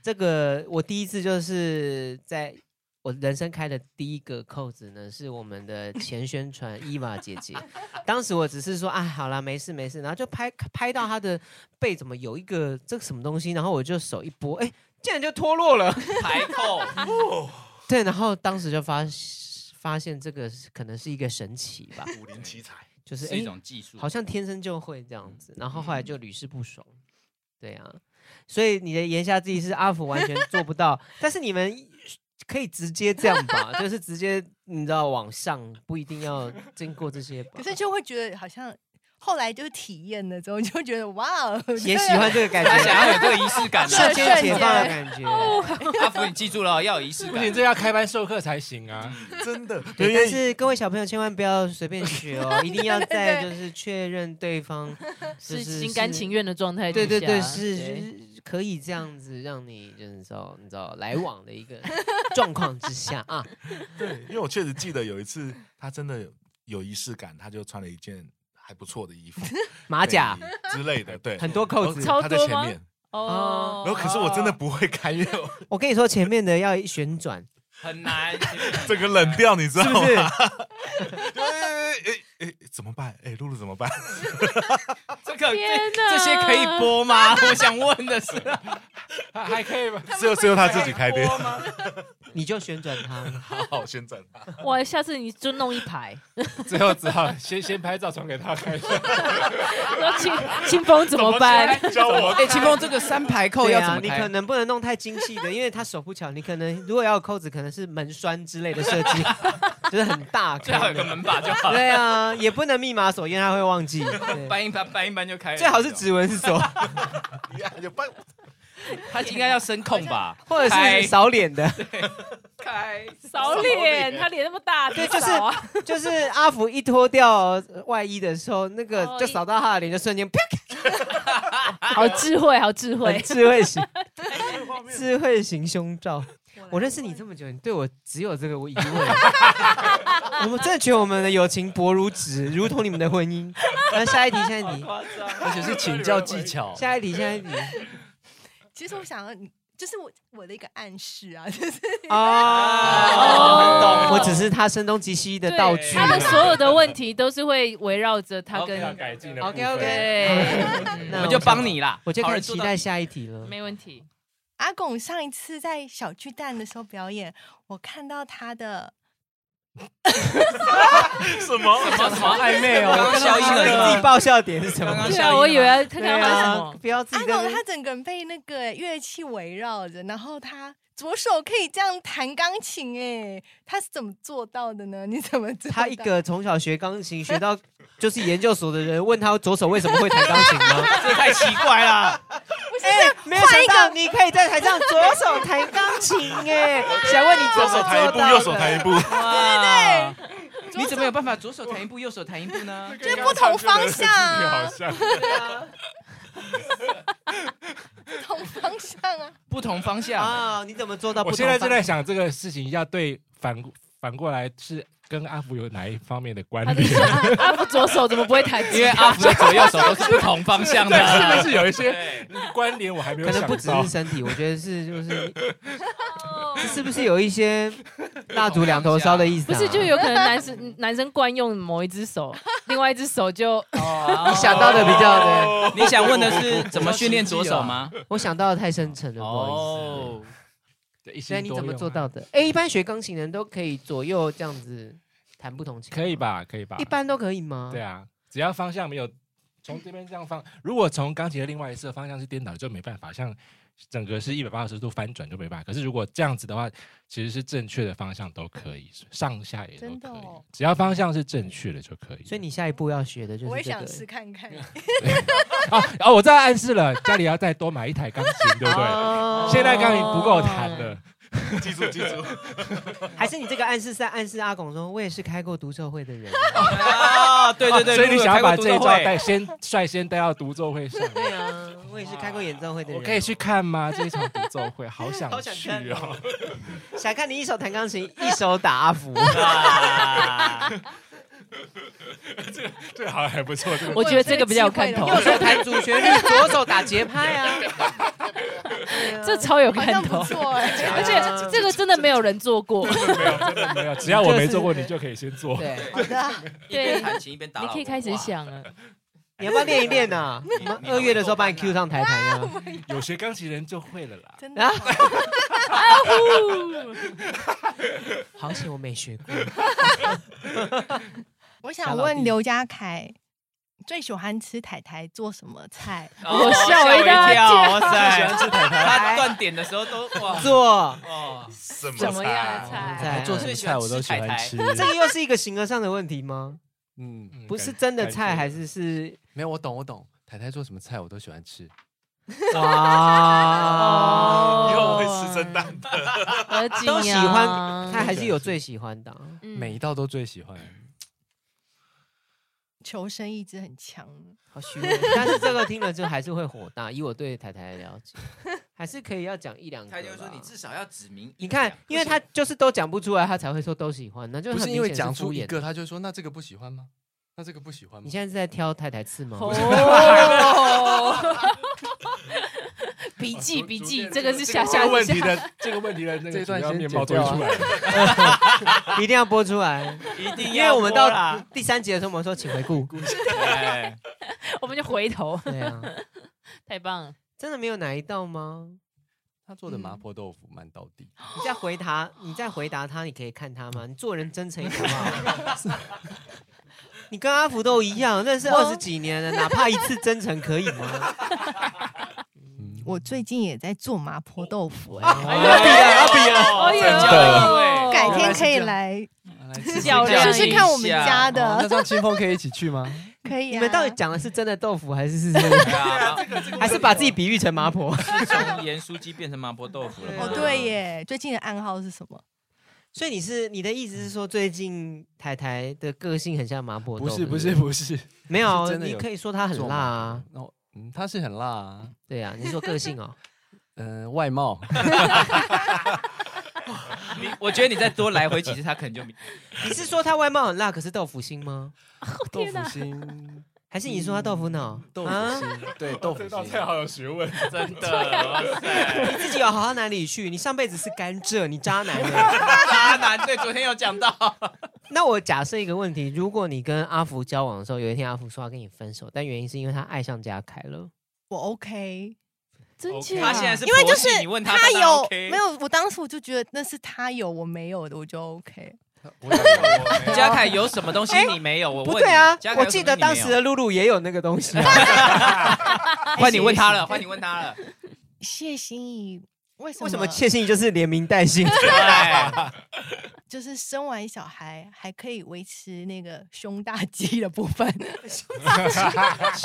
F: 这个我第一次就是在我人生开的第一个扣子呢，是我们的前宣传伊娃姐姐。当时我只是说啊，好啦，没事没事，然后就拍拍到她的背怎么有一个这个什么东西，然后我就手一拨，哎，竟然就脱落了。 *laughs*
E: 排扣，
F: 对，然后当时就发发现这个是可能是一个神奇吧，
H: 武林奇才，
F: 就是
E: 是一
F: 哎
E: 种技术，
F: 好像天生就会
E: 嗯
F: 这样子，然后后来就屡试不爽，对啊，所以你的言下之意是阿福完全做不到，但是你们可以直接这样吧，就是直接你知道往上，不一定要经过这些吧。
D: 可是就会觉得好像后来就体验了之后，就会觉得哇哦，
F: 也喜欢这个感
E: 他想
F: 觉，
E: 要有这个仪式 *laughs* 感
F: *laughs* 瞬
E: 啊。
F: 间解放的感觉。
E: 阿福，你记住了哦，要有仪式
G: 不
E: 感
G: 行，。这要开班授课才行啊！
H: 真的，
F: 对，
H: 因
F: 但
H: 为
F: 是各位小朋友千万不要随便学哦，一定要在就是确认对方就是是
B: 心甘情愿的状态之
F: 对
B: 下。
F: 对对，是是可以这样子让你就是说你知道来往的一
E: *laughs*
F: 个状况之下啊，
H: 对，因为我确实记得有一次，他真的有有仪式感，他就穿了一件还不错的衣服，
F: 马甲
H: 背心之类的，对，
F: 很多扣子
H: 然。
B: 超
H: 后他在
B: 多
H: 前
B: 吗
H: 面，
B: 哦。
H: 然后可是我真的不会开，因为我
F: 我跟你说，前面的要旋转，
E: 很难，
H: 整个冷掉，你知道
F: 是
H: 吗
F: 不？是？
H: *laughs* 哎哎哎，怎么办？哎，露露怎么办？
E: 这个
B: 天
E: 这
B: 哪
E: 这些可以播吗？我想问的是，
G: 还还可 *laughs* 以吧？
H: 只有只有他自己开店，
F: 你就旋转它。
H: 好好宣传他。
B: 哇，下次你就弄一排，
G: 最后只好先先拍照传给他看。
B: 然后清 *laughs* 清风怎么办？
H: 教我
E: *laughs* 哎，秦风这个三排扣
F: *laughs* 对
E: 要怎
F: 啊，
E: 么
F: 你
E: 开
F: 可？能不能弄太精细的，因为它手不巧。你可能如果要有扣子，可能是门栓之类的设
E: *laughs*
F: 计，就是很大
E: 最好
F: 颗
E: 有个
F: 的。
E: 门把就好了，
F: 对啊，也不能密码锁，因为他会忘记。对
E: 搬一搬，搬一搬就开了。
F: 最好是指纹锁，
H: 有办
E: 他应该要声控吧，
F: 或者
E: 开
F: 是扫脸的。
E: 开
B: 扫脸，他脸那么大，
F: 对
B: 怎
F: 就
B: 么
F: 是
B: 扫啊
F: 就是阿福一脱掉外衣的时候，那个
B: 哦
F: 就扫到他的脸，就瞬
B: *laughs*
F: 间啪，
B: 好智慧，好智慧
F: 啊很。智慧型，智慧型胸罩。我认识你这么久，你对我只有这个疑问。 *laughs* 我们真的觉得我们的友情薄如纸，如同你们的婚姻。那下一题，下一题，
G: 而且是请教技巧，
F: 下一题，下一题。
D: 其实我想要你，就是我我的一个暗示啊， *laughs* 就是
F: 哦，啊我只是他声东击西的道具。
B: 他的所有的问题都是会围绕着他
G: 要
B: 跟
G: 改进的部分。
F: OK OK，
B: 对，
F: 那
E: 我们就帮，你啦。
F: 我就
E: 好
F: 开始
E: 人做
F: 期
E: 到
F: 待下一题了。
B: 没问题。
D: 阿拱上一次在小巨蛋的时候表演，我看到他的
H: 什么？
E: 什么什么暧昧哦，刚刚消音
F: 你自己
E: 了，
F: 爆笑点是什
E: 刚
F: 么？
E: 刚
B: 对
E: 消
B: 啊，
E: 音了。
B: 我以为他
F: 对
B: 刚刚是什
F: 啊
B: 么，？
F: 不要自
D: 阿
F: 己在那
D: 拱，
F: 边
D: 他整个人被那个乐器围绕着，然后他左手可以这样弹钢琴，哎，他是怎么做到的呢？你怎么知道？
F: 他一个从小学钢琴学到就是研究所的人，问他左手为什么会弹钢琴 *laughs* 吗？
E: 这太奇怪了，
F: 哎、没有想到你可以在台上左手弹钢琴哎、想问你怎
H: 左
F: 么
H: 手弹一步，
F: 做到
H: 右手弹一
F: 的
H: 步，
E: 哇！你怎么有办法左手弹一步，右手弹一步 *laughs* 呢？
D: 就是不同方向啊，
H: 像
D: 不同方向啊，
E: 不同方向，
F: 啊？你怎么做到不
G: 我
F: 同
G: 现
F: 方？
G: 在正在想这个事情要对反反过来是跟阿福有哪一方面的关
B: 他就
G: 联
B: 说？阿阿福左手怎么不会弹
E: 因为
B: 吉
E: 阿
B: 他？
E: 福的左右手都是不同方向 *laughs* 的，
G: 对，是不是有一些
E: 对
G: 关联我还没有
F: 可能
G: 想
F: 不只
G: 到
F: 是？身体，我觉得是就是
B: 哦
F: 这是不是有一些蜡烛两头烧的意思、
B: 不
F: 啊？
B: 是，就有可能男生嗯男生惯用某一只手，另外一只手就
F: 你想到的比较对，
E: 你想问的是怎么训练左手吗？
F: 我想到的太深沉了，不好意思。啊
E: 哦，
G: 对一心
F: 所以你怎么
G: 多用啊
F: 做到的？哎、一般学钢琴的人都可以左右这样子弹不同琴，
G: 可以？吧？可以吧？
F: 一般都可以吗？
G: 对啊，只要方向没有从这边这样放，如果从钢琴的另外一侧方向是颠倒，就没办法，像整个是一百八十度翻转就没办法。可是如果这样子的话，其实是正确的方向都可以，上下也都
D: 真的
G: 可以，
D: 哦
G: 只要方向是正确的就可以。
F: 所以你下一步要学的就是、这个。欸
D: 我也想试看
F: *laughs*
D: 看。
G: 哦哦，我知道暗示了， *laughs* 家里要再多买一台钢琴，对不对？
F: 哦
G: 现在钢琴不够弹了，
H: 记住记住，
F: 还是你这个暗示是在暗示阿拱说，我也是开过独奏会的人。
E: 啊，对对对，
G: 哦所以你
E: 如果
G: 想
E: 开
G: 要
E: 过
G: 把
E: 独
G: 这一
E: 奏
G: 招
E: 会
G: 带先率先带到独奏会上。
F: *laughs* 对啊， *laughs* 我也是开过演奏会的人。啊
G: *laughs* 我可以去看吗？这一场独奏会， *laughs* 好想
F: 好想
G: 去
F: 看
G: 哦！ *laughs* 啊
F: *laughs* 想看你一手弹钢琴，一手打阿福。
E: 啊
G: 这个这个好像还不错， *laughs* 这个
B: 我觉得这个比较有看头
D: 我有
F: 右
D: 这个
F: 手弹主旋律，左手打节拍
G: *laughs*
F: 啊。
B: 这超有
D: 好
B: 看
D: 像
B: 头
D: 不，错
F: *laughs*
D: 哎、
B: 而且这个真的没有人做过，
G: 没有真的没
F: *laughs*
G: 有，只要我没做过，你就可以先做。
F: 对，
D: 好的，
E: 一边弹琴一边打
B: 你
E: 老
B: 可以
E: 婆
B: 开始
E: 哇
B: 想了。
F: 你要不要练一练
G: *laughs*
F: 呢？我们二月的时候把你 Q 上台弹啊。
G: 有些钢琴人就会了啦。
D: 真的
F: 啊
D: 好。
B: 啊
F: 好险我没学过。
D: 我
F: 小
D: 想
F: 老弟
D: 问刘家凯最喜欢吃太太做什么菜？
E: 哦
B: 我吓我一
E: 跳哇
B: 跳
E: 塞！
G: *laughs* 喜欢吃
F: *laughs*
G: 台
E: 他断点的时候都哇
G: *laughs*
F: 做
E: 哦，
H: 什么
B: 怎么样的
F: 菜
B: 菜？
F: 哎
I: 做什么菜我都喜欢吃。
F: *laughs* 这个又是一个形而上的问题吗？
I: 嗯，
G: 嗯
F: 不是
G: 感
F: 真的
G: 感
F: 菜，
G: 觉
F: 还是
G: *laughs*
F: 是
I: 没有，我懂，我懂。太太做什么菜我都喜欢吃。
F: 哇？哦
G: 哦
H: 以后
E: 哦
H: 我会吃蒸蛋的。
B: 何景
F: 都喜
B: 阳
F: 欢，他还是有最喜欢的啊。
B: 嗯
I: 每一道都最喜欢。
D: 求生意志很强，
F: 好虚伪。但是这个听了之后还是会火大，以我对台台的了解，还是可以要讲一两个吧。
E: 他就说你至少要指明一两。
F: 你看，因为他就是都讲不出来，他才会说都喜欢，那就
I: 不
F: 很
I: 是
F: 明
I: 因为
F: 显
I: 讲
F: 敷
I: 出一
F: 衍
I: 个，他就说那这个不喜欢吗？那这个不喜欢
F: 你
I: 吗？
F: 现在是在挑太太刺吗？
B: 哦，笔记笔记，这个是下
G: 这
B: 下
G: 个问题
B: 下
G: 的这个问题的那
I: 这
G: 个
I: 段
G: 主要
I: 先
G: 面
I: 剪
G: 貌都
I: 掉啊
G: 会出来了。
I: *laughs*
F: *laughs* 一定要播出来，
E: *laughs* 一定
F: 因为我们到第三集的时候，我们说请回
E: *laughs*
F: 顾。
E: 哎
B: 我们就回头，
F: 对啊，
B: 太棒了！
F: 真的没有哪一道吗？
I: 他做的麻婆豆腐蛮到底，
F: 你再回答，你再回答他，你可以看他吗？你做人真诚一点好不好？ *laughs* 你跟阿福都一样，认识二十几年了，哪怕一次真诚可以吗？
I: 嗯，
D: 我最近也在做麻婆豆腐、哎
F: 要比了，要比了。
B: 哎呦
H: 真的
D: 改天可以来
I: 来吃
B: 小
E: 这样
D: 试
B: 人
D: 试看我们家
I: 哦那
D: 的，
I: 这样清风可以一起去吗？
D: 可以、啊。
F: 你们到底讲的是真的豆腐，还是是真 *laughs* 的，
E: 啊，这个
F: 还是把自己比喻成麻婆？
E: 是从盐酥鸡变成麻婆豆腐了。
D: 哦，对耶，最近的暗号是什么？
F: *laughs* 所以你是你的意思是说，最近台台的个性很像麻婆豆
I: 不
F: 腐？
I: 是不是，不是，
F: 没有
I: 是，真的
F: 你
I: 有
F: 可以说她很
I: 做
F: 辣啊
I: 麻。婆。哦，嗯，他是很辣啊，
F: 对啊，你说个
I: *laughs*
F: 性哦，
I: 嗯，外貌
E: 你我觉得你再多来回几次，他可能就明
F: 你是说她外貌很辣，可是豆腐心吗？
I: 豆
B: 天哪
I: 腐心，
F: 还是你说她豆腐脑？
I: 嗯豆腐
F: 啊
I: 心，对
H: 哦
I: 豆腐
G: 这道
I: 心，
G: 菜好有学问，
E: 真的哇塞
F: 自己有好到哪里去？你上辈子是甘蔗，你渣男了。
I: *laughs*
E: 渣男。对，昨天有讲到，
F: 那我假设一个问题：如果你跟阿福交往的时候，有一天阿福说要跟你分手，但原因是因为他爱上家凯了，
D: 我 OK，
B: 真
G: OK
B: 假？
E: 他现在是
D: 因为就
E: 佛系
D: 是
E: 你问他
D: 他
E: 当然
D: 有
E: OK
D: 没有？我当时我就觉得那是他有，我没有的，我就 OK。
H: *laughs*
G: 我有我没有
E: 嘉凯有什么东西你没有？我问
F: 不
E: 你
F: 对啊
E: 嘉！凯有什
F: 我
E: 么
F: 记得
E: 你没
F: 当时
E: 有
F: 的露露也有那个东西啊、
E: 换你问他了，换你问他了。
D: 谢欣怡为什么
F: 为 *laughs* 什么窃信就是连名带姓？
E: 对，
D: 就是生完小孩还可以维持那个胸大肌的部分？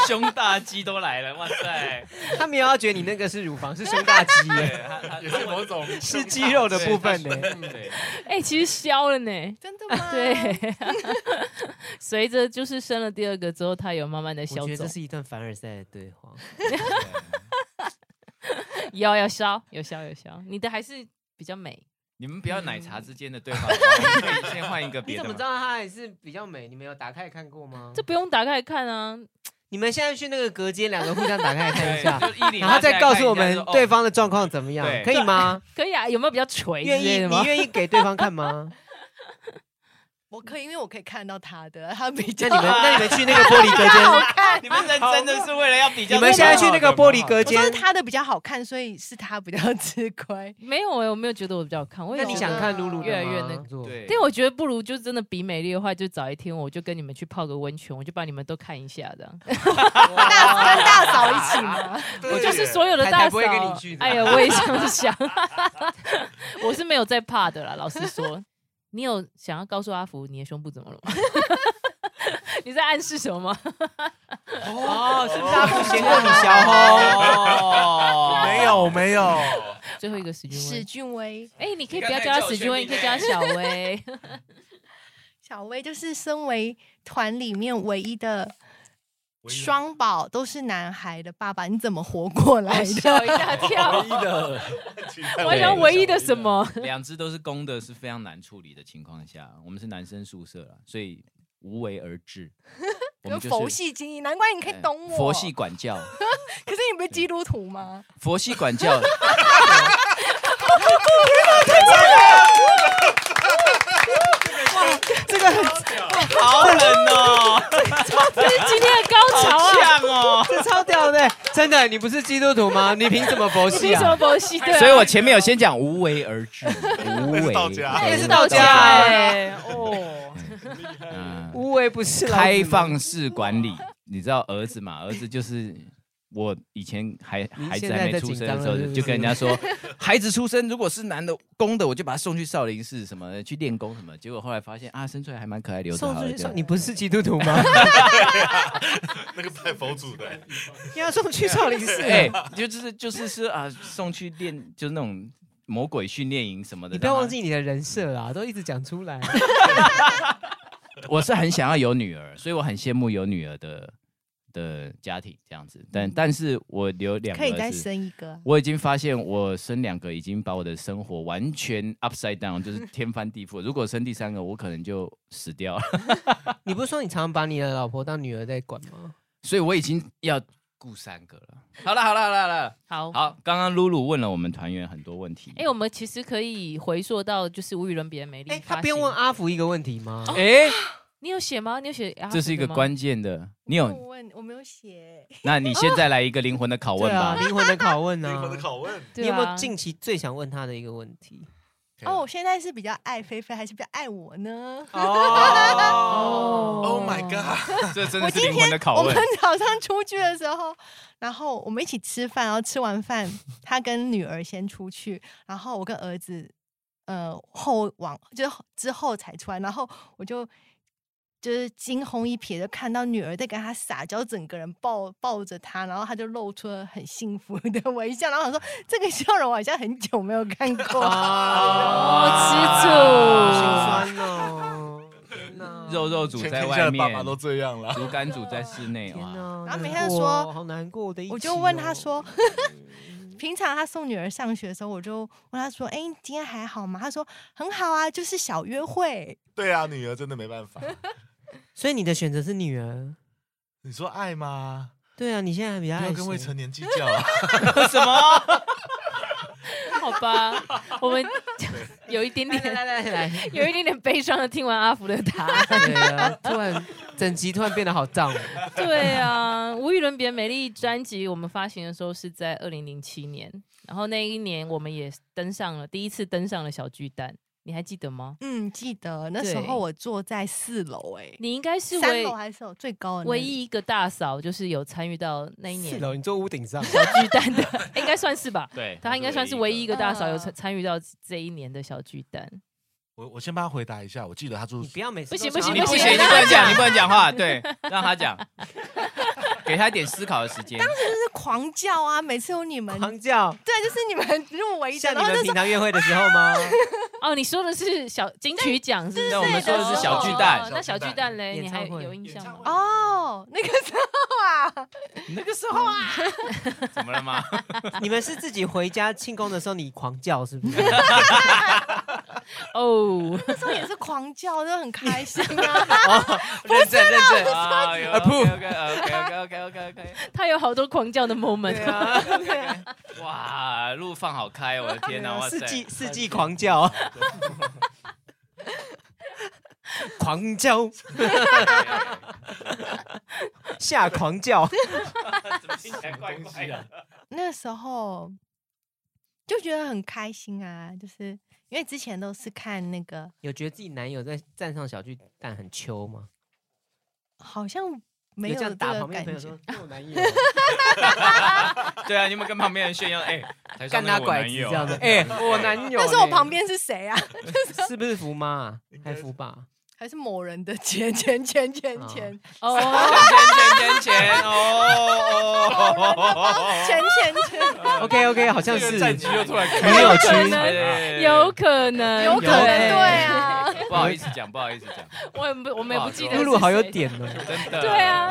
E: 胸大肌都来了，哇塞！
F: *laughs* 他没有要觉得你那个是乳房，是胸大肌耶，
E: 对他他
G: 也是某种
F: *laughs* 是肌肉的部分呢。
E: 对，
B: 哎，其实消了呢。
D: *laughs* 真的吗？*laughs*
B: *laughs* 对，随着就是生了第二个之后，他有慢慢的消
F: 我觉得
B: 走
F: 这，是一段凡尔赛的对话。
B: 有有消，有消有消，你的还是比较美。
E: 你们不要奶茶之间的对话，可以先换一个
F: 你
E: 别
F: 怎
E: 的
F: 么知
E: 嘛。
F: 道他还是比较美？你们有打开看过吗？
B: *laughs* 这不用打开看啊，
F: 你们现在去那个隔间，两个互相打开看一
E: *laughs* 对，
F: 下。
E: 就一零，
F: 然后再告诉我们对
E: 哦
F: 方的状况怎么样
E: 对，
F: 可以吗？
B: 可以啊，有没有比较垂之
F: 愿
B: 类
F: 意
B: 的
F: 你
B: 吗？
F: 愿意给对方看吗？
D: 我
E: 嗯
D: 可以，因为我可以看到他的，他
E: 哦
D: 比
F: 那
D: 较
F: 你们那你们去那个玻璃隔
B: *laughs*
F: 间，
E: 你们人真的是为了要比较，
F: 你们现在去那个玻璃隔
D: 我说是
F: 间，
D: 他的比较好看，所以是他比较 *laughs* 吃亏。
B: 没有哎，我没有觉得我比较好看。我也
F: 那你
B: 觉
F: 想
B: 得
F: 看露露的
B: 越来越
F: 吗
B: 那个
E: 对，哦
B: 但我觉得不如就真的比美丽的话，就早一天我就跟你们去泡个温泉，我就把你们都看一下这样。
D: 大跟大嫂一起
E: *laughs*
D: 吗？
B: 我就是所有的
F: 台
B: 大
F: 台
B: 嫂
F: 不会跟你去。的
B: 哎呀，我也这样想， *laughs* 我是没有在怕的啦。老实 *laughs* 说，你有想要告诉阿福你的胸部怎么了 *laughs* 吗？你在暗示什么吗？
F: 哦， *laughs* 是不是阿福先过你小红？
E: 哦，
H: 没有没有，
B: 最后一个史君
D: 史
B: 威，
D: 俊威，
B: 哎、你可
E: 你
B: 以不
E: 刚
B: 要
E: 才
B: 叫他
E: 叫我
B: 史
E: 学
B: 君威，你
E: 弟
B: 可以叫他
E: 妹
B: 小威。
D: 小威就是身为团里面唯一的
H: 唯一的
D: 双宝都是男孩的爸爸，你怎么活
E: 哦
D: 过来的？
B: 吓我一大跳
I: 唯一，的
B: 我还想唯一的什么？
E: 两只都是公的，是非常难处理的情况下，我们是男生宿舍啦，所以无为而治。
D: 有
E: 我们就是哎
D: 佛系经营，难怪你可以懂我。
E: 佛系，管教，
D: 可是你不是基督徒吗？
E: 佛系管教。这个好冷哦，
B: 这是今天的高潮
E: 好
B: 啊！
E: 呛哦。
F: *laughs* 这超屌的，真的，你不是基督徒吗？你凭什么佛
B: 你
F: 系
B: 凭什么
F: 啊？
B: 佛系？对啊，
E: 所以我前面有先讲无为而治，无
H: 那
E: 为
H: 是道家
E: 而
H: 那
E: 治
H: 也
F: 是
B: 道
F: 道
B: 家
F: 家啊
B: 哎哦，
E: 嗯
F: 无为不啊是老子吗
E: 开，放式管理，你知道儿子嘛？儿子就是我以前还
F: 您
E: 孩子
F: 现在
E: 还没
F: 在
E: 出
F: 紧
E: 生
F: 张
E: 的时候
F: 了是，不
E: 就跟人
F: 是
E: 家说，孩子出生如果是男的公的，我就把他送去少林寺什么的去练功什么。结果后来发现啊，生出来还蛮可爱，留着
F: 送
E: 好
F: 出
E: 了
F: 去
E: 就
F: 送，你不是基督徒吗？
H: 那个拜佛祖的，
F: *laughs*
I: 嗯
F: 你要送去少林寺？啊
E: 哎，就就是就是是啊，送去练就是那种魔鬼训练营什么的。
F: 你不要
E: 让
F: 忘
E: 他，
F: 记你的人设啊，都一直讲出来。
E: 我是很想要有女儿，所以我很羡慕有女儿的的家庭这样子。但但是我留两个
D: 可以再
E: 是
D: 生一个啊。
E: 我已经发现，我生两个已经把我的生活完全 upside down，就是天翻地覆。 *laughs* 如果生第三个，我可能就死掉了。
F: *laughs*
E: *laughs*
F: 你不是说你常把你的老婆当女儿在管吗？
E: 所以我已经要顾三个了。好了，好了，好了，好了。
B: 好。
E: 好，刚刚露露问了我们团员很多问题。
B: 哎，我们其实可以回溯到就是无与伦比的美丽。
F: 哎，他不用问，阿福一个问题吗？
B: 哦
E: 哎、
B: 你有写吗？你有写？
E: 这是一个。关键的，你
D: 我
B: 哦
E: 有？
D: 问，我没有写。
E: 那你现在来一个灵魂的拷
F: 对
E: 问吧
F: 啊，。灵魂的拷问
H: 灵魂的
F: 啊！
H: 拷问，
F: 你有没有近期最想问他的一个问题？
E: 啊
D: 哦，我现在是比较爱菲菲，还是比较爱我呢？ *laughs*
F: 哦，
H: Oh my god！
E: *laughs* 这真
D: 我
E: 的是
D: 今
E: 灵魂的
D: 天
E: 拷
D: 我们
E: 问。
D: 早上出去的时候，然后我们一起吃饭，然后吃完饭，他跟女儿先出去，然后我跟儿子，呃，后往就是之后才出来，然后我就就是惊鸿一瞥，就看到女儿在跟他撒娇，整个人抱抱着他，然后他就露出了很幸福的微笑，然后我说这个笑容我好像很久没有看
E: *laughs*
D: 过。
E: 哦
B: 我吃
F: 啊，
B: 醋。
F: 心酸 *laughs* 哦。天哪
E: 肉肉组
H: 全
E: 在
H: 天
E: 外
H: 下的
E: 面
H: 爸，爸都这样了。 *laughs*
E: 竹竿组在室内。
F: 天
E: 哇，
F: 哪！
D: 然后每
F: 难
D: 天就
F: 过
D: 说
F: 好难过我的一集哦，
D: 我就问他说， *laughs* 平常他送女儿上学的时候，我就问他说：“哎、你今天还好吗？”他说：“很好啊，就是小约会。
H: 对啊，女儿真的没办法。
F: 所以你的选择是女儿。
H: 你说爱吗？
F: 对啊，你现在还比较
H: 不
F: 爱
H: 要跟未
F: 谁
H: 成年计较啊。 *laughs*
F: *laughs*
E: 什么？
B: 好吧，我们有一点点
F: 来来来来，
B: *laughs* 有一点点悲伤的听完阿福的答案。
F: 对啊，突然整集突然变得好脏哦。
B: 对啊，《无与伦比的美丽》专辑我们发行的时候是在二零零七年，然后那一年我们也登上了第一次登上了小巨蛋，你还记得吗”？
D: 嗯，记得那时
B: 对
D: 候我坐在四楼、
B: 你应该
D: 哎，
B: 是
D: 三
B: 唯
D: 楼还是有最高的那
B: 唯
D: 里
B: 一一个大嫂，就是有参与到那一年
F: 四楼，你坐屋顶上。
B: 小巨蛋的，应该算是吧？
E: 对，
B: 她应该算是唯一一
E: 个。
B: 个大嫂有参
D: 嗯
B: 参与到这一年的小巨蛋。
H: 我我先帮他回答一下，我记得他住
F: *laughs* 你不要每次
B: 不
F: 都
B: 行不行
F: 想
E: 你
F: 要
E: 不
B: 行
E: 行，你不能讲，你不能讲话，对，让他讲，给他一点思考的时间。
D: 就是狂叫啊！每次有你们，
F: 狂叫，
D: 对，就是你们入围的，
F: 像你
D: 然后
F: 们
D: 就
F: 平
D: 说
F: 常约会的时候吗？
B: 哦，你说的是小金曲奖是不是？
E: 那我们说的是小巨蛋
B: 哦那小巨蛋嘞，
F: 演
B: 你
F: 唱
B: 还
F: 会
B: 有印象
H: 啊
B: 吗？
D: 哦，那个时候啊，
E: 那个时候啊，怎么了吗？
F: 你们是自己回家庆功的时候你狂叫是不是？
B: 哦， *laughs*
D: 那时候也是狂叫，就很开心啊。
E: 认真认真啊
F: Approve
E: OK OK OK OK OK
B: 他有好多狂叫的 moment。
D: 对
F: *laughs*
D: 啊，
E: OK。哇，路放好开，我的天
F: *laughs*
E: 哪！哇塞
F: 四，季四季狂叫， *laughs* 狂叫下狂叫，
E: 怎么
F: 啊
E: 听起来怪怪的？
D: 那时候就觉得很开心啊，就是因为之前都是看那个
F: *laughs* 有觉得自己男友在站上小巨蛋很秋吗？
D: 好像没
F: 有
D: 有
F: 这样打
D: 这个
F: 旁边
D: 感
F: 的朋友
D: 觉
F: 说。 *laughs* 这我男友啊
E: 对啊，你有没有跟旁边人炫耀？哎，台上
F: 干
E: 那
F: 他
E: 个我
F: 拐
E: 男
F: 子
E: 友
F: 这样的， *laughs* 哎，我男友，
D: 但是我旁边是谁啊？ *laughs*
F: 是不是福妈啊还
E: *laughs*
F: 福爸？
D: 还是某人的钱钱钱
F: 啊
D: 钱钱
E: 啊
B: 哦，
E: 钱钱钱钱哦，
D: 钱钱钱？
F: *laughs* OK OK，好 *laughs* 像是
E: 啊战局又突然开哎
F: 很有
B: 可
F: 趣。
E: 始，
B: 有可能，
D: 有可能
F: 有哎
D: 对啊， *laughs*
E: 不好意思讲，不好意思讲，
B: 我也不，我们也不记得。
F: 露露好有。点
D: *laughs*
F: 哦，
E: 真的。
B: 对啊，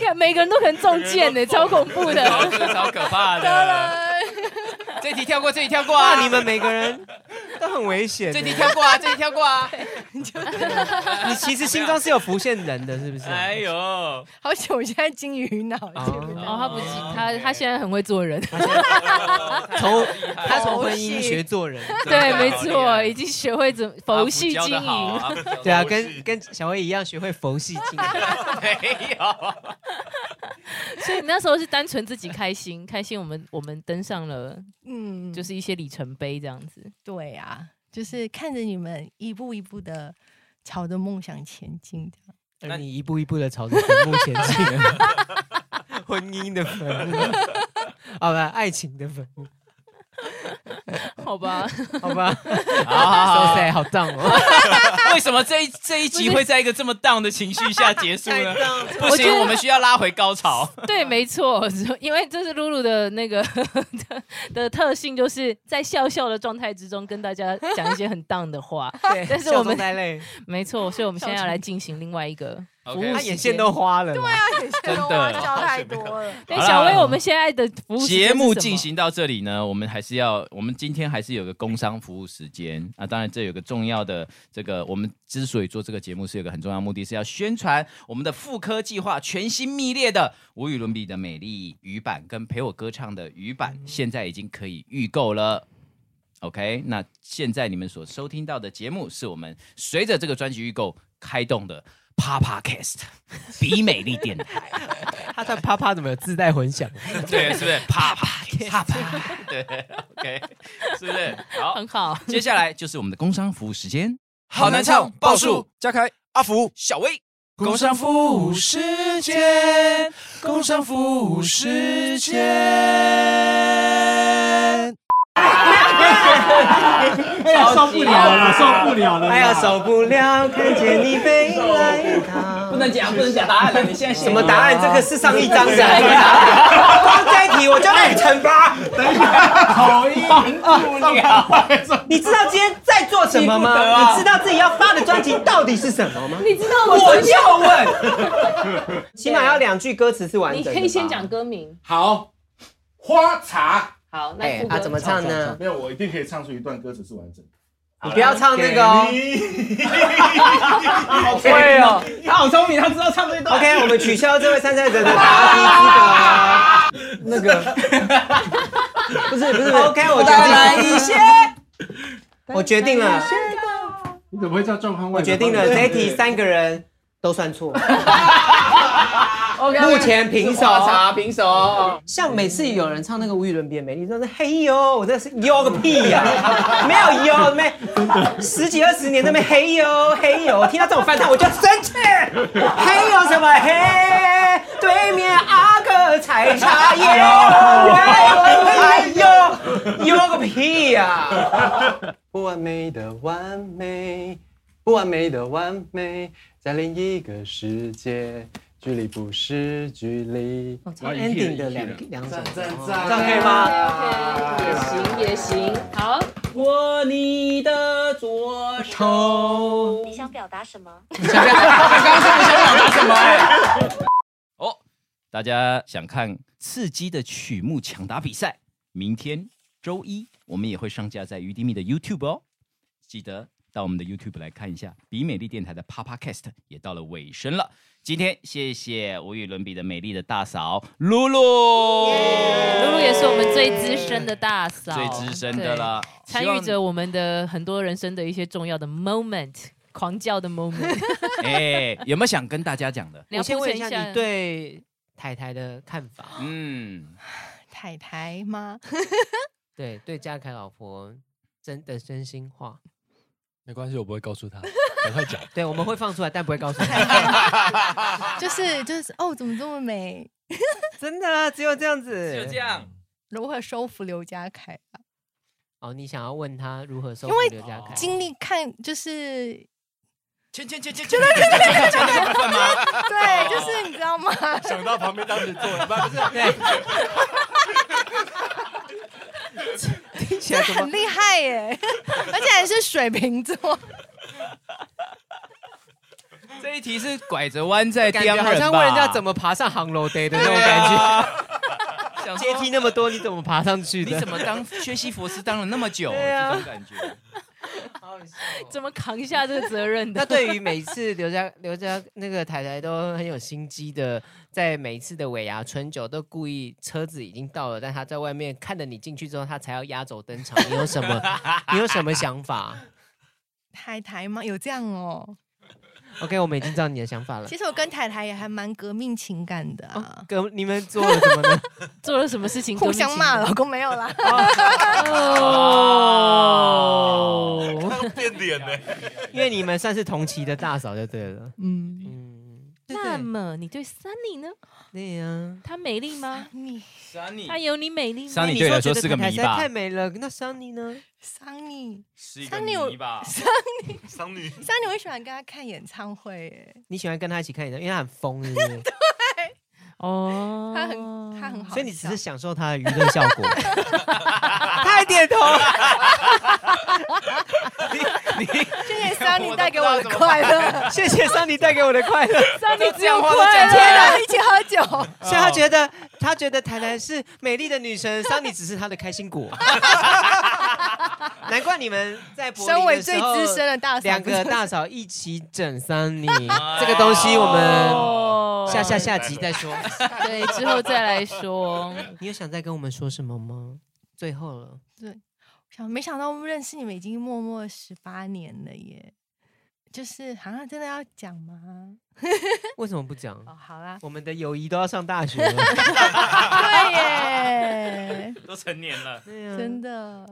B: 看每个人都可能中箭呢，超恐怖
E: 超
B: 的。
E: 超可怕的。这题跳过，这题跳过啊！
F: 哇，你们每个人都很危险。欸
E: 这题跳过啊，这题跳过啊！
F: 你其实心中是有浮现人的，是不是？啊
E: 哎呦，
D: 好险，我现在金鱼脑，记不
B: 哦，他
D: 到
B: 不记他，他现在很会做人，
F: 从
E: 害
F: 他从婚姻学做人，
E: 啊 *laughs*
B: 对，没错，已经学会怎么佛系经 *laughs* 营。
E: 啊，
F: 对啊，跟跟小薇一样学会佛系经
D: *laughs*
F: 营。
E: 没有，
B: 所以你那时候是单纯自己开心， *laughs* 开心我们我们登上了，
D: 嗯，
B: 就是一些里程碑这样子。
D: 对啊，就是看着你们一步一步的朝着梦想前进，这样
F: 而你一步一步的朝着坟墓前进， *laughs* 婚姻的坟墓， *laughs* 好吧，爱情的坟墓，
B: *laughs* 好吧，
F: 好吧，
E: 好
F: *laughs* 好 sad，好荡哦，
E: 为什么这一这一集会在一个这么 down 的情绪下结束呢？
F: 荡了。
E: 不行，我们需要拉回高潮。
B: *laughs* 对，没错，因为这是露露的那个 *laughs* 的的特性，就是在笑笑的状态之中跟大家讲一些很荡的话。
F: *laughs*
B: *laughs*
F: 对，
B: 但是我
F: 笑中
B: 们
F: 带泪，
B: 没错，所以我们现在要来进行另外一个。
E: OK，
F: 他眼线都花了。对啊，
E: 真的。
C: 太多了，
B: 哎，
E: 好啦
B: 小薇，我们现在的服务时间是
E: 节
B: 什么
E: 目进，行到这里呢，我们还是要，我们今天还是有个工商服务时间啊。当然，这有个重要的这个，我们之所以做这个节目是有个很重要的目的，是要宣传我们的妇科计划全新密列的无与伦比的美丽语版跟陪我歌唱的语版，现在已经可以预购了。OK，那现在你们所收听到的节目是我们随着这个专辑预购开动的 Papa Cast *laughs* 比美丽电台。
F: 他的啪啪怎么有自带混响？
E: *laughs*
I: *laughs*
E: 对，是不是？啪啪啪啪， *laughs* 对，OK，是
I: *laughs*
E: 不是？好
B: 很，好。
E: 接下来就是我们的工商服务时间。
I: 好难唱，报数，加开，阿福，
E: 小薇，
I: 工商服务时间，工商服务时间。
F: 哎呀，受不了了，受
J: 不了了
F: 哎呀，受不了，看见你飞来到。
E: 能讲，不能讲答案了。你现在哎
F: 什么答案？这个是上一章的答案。光这一题我就让你惩罚。你知道今天在做什么吗？
E: 啊
F: 你知道自己要发的专辑到底是什么吗？你知道我就问，起码要两句歌词是完整
B: 你
F: 的吧。
B: 可以先讲歌名，
J: 好，花茶
B: 好，那
F: 哎
B: 副，歌
F: 他怎么唱呢？
J: 没有，我一定可以唱出一段歌词是完整的。
F: 你不要唱那个哦。 *laughs* 好会哦，
E: 他好聪明，他知道唱这段。
F: OK，我们取消这位参赛者的答题资格哦。 *laughs* 那个，不是不是，OK，我决定了一些，我决定了，
J: 你怎么会叫状况外？
F: 我决定了，这一题三个人都算错。目前平手，
E: 茶平手，
F: 像每次有人唱那个无与伦比的美丽，说是嘿呦，我这是呦个屁 *laughs* 呀、没有呦，没十几二十年都没嘿呦嘿呦，我听到这种翻唱我就生气，嘿呦什么嘿，对面阿哥采茶叶，哎呦哎呦，呦个屁呀、不完美的完美，不完美的完美，在另一个世界，距离不是距离。
J: 然后一屁
F: 哦 ending 的
J: 了
F: 两
J: 一屁
F: 两首，
J: 赞
F: 这样可以吗？
B: OK，也行也行，好，
E: 握你的左手。
C: 你想表达什么？
E: 哦，大家想看刺激的曲目抢答比赛，明天周一我们也会上架在于迪密的 YouTube 哦，记得到我们的 YouTube 来看一下。比美丽电台的 Papa Cast 也到了尾声了。今天谢谢无与伦比的美丽的大嫂露露
B: 露露也是我们最资深的大嫂，
E: 最资深的了，
B: 对，参
E: 希
B: 与
E: 望
B: 着我们的很多人生的一些重要的 moment，狂叫
D: *laughs*
B: 的 moment。
E: *laughs* 哎，有没有想跟大家讲的？
B: 你
F: 我
B: 要
F: 先
B: 铺
F: 问
B: 陈
F: 一
B: 一
F: 下
B: 下
F: 你对太太的看法，
E: 嗯，
D: 太太吗？
F: 对对，嘉凯老婆真的真心话，
I: 没关系，我不会告诉 *laughs* 他，赶快讲。
F: 对我们会放出来，但不会告诉他。
C: 啊
D: 就是就是哦，怎么这么美？
F: *laughs* 真的啊，只有这样子，
E: 就这 *laughs* 样。
D: 如何收服刘家凯啊？
F: 哦，你想要问他如何收
D: 因为
F: 服刘家凯？
D: 经历看就是
E: 签
F: *laughs*
E: 签签签签签 *laughs* 签签签的部分吗？
C: 啊
D: 对，就是你知道吗？
I: 想到旁边当时做了，不是
F: 听
D: 这
F: 起来怎么
D: 很厉害 *laughs* 耶，而且还是水瓶 *laughs* 座，
E: 这一题是拐着弯在
F: 感
E: 刁
F: 觉
E: 人
F: 好像问人家怎
E: 么
F: 么爬上航楼 day 的那种感觉？
E: 想
F: 阶梯那么多，你怎么爬上去
E: *laughs* 你
F: 的
E: 怎？么当薛西佛斯当了那么久？
F: 对啊
E: 这种感觉。
F: 好笑哦
B: 怎么扛下这个责任
D: *laughs*
B: 的？
F: *laughs* 那对于每一次刘家刘家那个台台都很有心机的，在每一次的尾牙春酒都故意车子已经到了，但他在外面看着你进去之后，他才要压轴登场。你有什 *laughs* 么？你有什么想法
D: 台台吗？有这样哦。
F: ？OK，我们已经知道你的想法了
D: 其。实我跟台台也还蛮革命情感的啊，
F: 哥，你们做了什么呢？
B: 做了什么事情？
D: 哦互相骂老公没有 *laughs* 啦。 *laughs*
B: 哦，
H: 变脸呢？ *laughs*
F: 因为你们算是同期的大嫂就对了。
B: 嗯。
F: 嗯，对
B: 那
F: 对
B: 么你对 Sunny 呢？
F: 对呀。
B: 她美丽吗？
D: 啊你
E: 桑尼
B: 她有你美丽吗？
E: 桑尼
F: 你
E: 对你来
F: 说
E: 说
F: 觉得
E: 是个
F: 台台
E: 谜
F: 实在
E: 吧
F: 太美了。那桑尼呢？
D: 桑尼，
E: 是一
D: 个泥
E: *laughs* 吧？
H: 桑女
D: 桑尼，我喜欢跟他看演唱会耶，
F: 你喜欢跟他一起看演唱会，因为他很疯，
D: *laughs*
F: 是不是
B: 哦，
D: 他很他很好笑，
F: 所以你只是享受他的娱乐效
D: *laughs*
F: 果。他还点头。
D: 谢谢桑尼
F: *laughs*
D: 带给我的快乐，
F: 谢谢桑尼带给我的快乐。
B: Sunny 只有快
D: 今天
B: 乐。
D: 我们一起喝酒。
F: 所以他觉得，他觉得台台是美丽的女神，桑尼只是他的开心果。
D: *laughs*
F: 难怪你们在
D: *laughs*
F: 柏
D: 身
F: 林
D: 为
F: 的
D: 最
F: 时候
D: 资深的大嫂，
F: 两个大嫂一起整桑尼，这个东西我们
B: 哦
F: 下下下集再说。
B: 对之后再来
D: *laughs*
B: 说。
F: 你有想再跟我们说什么吗？最后了，
D: 想没想到认识你们已经默默十八年了耶，就是好像、真的要讲吗？
F: 为什么不讲？
D: 哦，好啦，
F: 我们的友谊都要上大学
D: *laughs*
F: 了，
D: 对耶，
E: *laughs* 都成年了，
F: 对啊
D: 真的。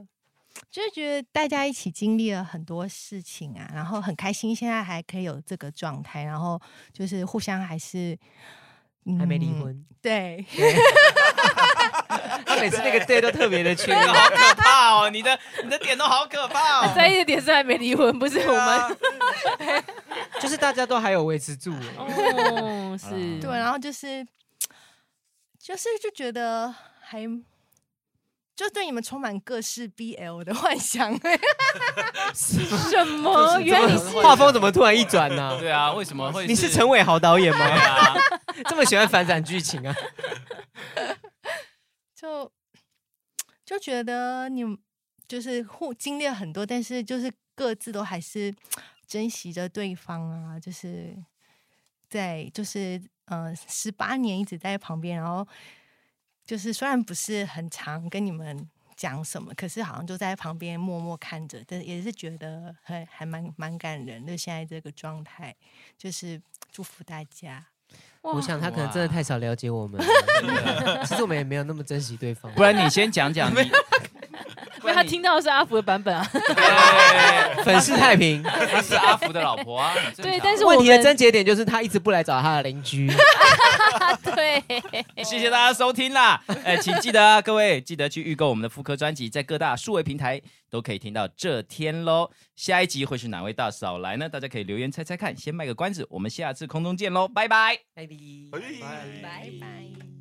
D: 就是觉得大家一起经历了很多事情啊，然后很开心，现在还可以有这个状态，然后就是互相还是、嗯
F: 还没离，婚。
D: 对，
F: 他每次那个对都特别的确
E: 这个好可怕哦！你的你的点都好可怕哦。
B: 在意的点是还没离婚，不是我
D: 啊
B: 们。
F: 就是大家都还有维持住欸了。
B: 哦，是，
D: 对，
F: 嗯
D: 然后就是就是就觉得还就对你们充满各式 BL 的幻想，
B: 什么？哦原来你是
F: 画风怎么突然一转呢、
E: 对啊，为什么会？
F: 你是陈伟豪导演
E: *laughs* 对
F: 吗？
E: *laughs* 啊，
F: 这么喜欢反转剧情啊？
D: 就就觉得你们就是互经历了很多，但是就是各自都还是珍惜着对方啊，就是在就是呃十八年一直在旁边，然后就是虽然不是很常跟你们。讲什么？可是好像就在旁边默默看着，但也是觉得还还蛮蛮感人的。现在这个状态，就是祝福大家。
F: 我想他可能真的太少了解我们了，其实我们也没有那么珍惜对方。
E: 不然你先讲 *laughs* 讲你。
B: 因为他听到的是阿福的版本啊。
E: 对
F: 粉饰太平。
E: 她是阿福的老婆啊，很正常
B: 对，但是我
F: 问
B: 们
F: 题的症结点就是他一直不来找他的邻居。
B: 对，
E: *laughs* 谢谢大家收听啦！哎，请记得啊，各位记得去预购我们的妇科专辑，在各大数位平台都可以听到这天喽。下一集会是哪位大嫂来呢？大家可以留言猜猜看，先卖个关子，我们下次空中见喽，拜拜。
F: 拜拜。
D: 拜拜。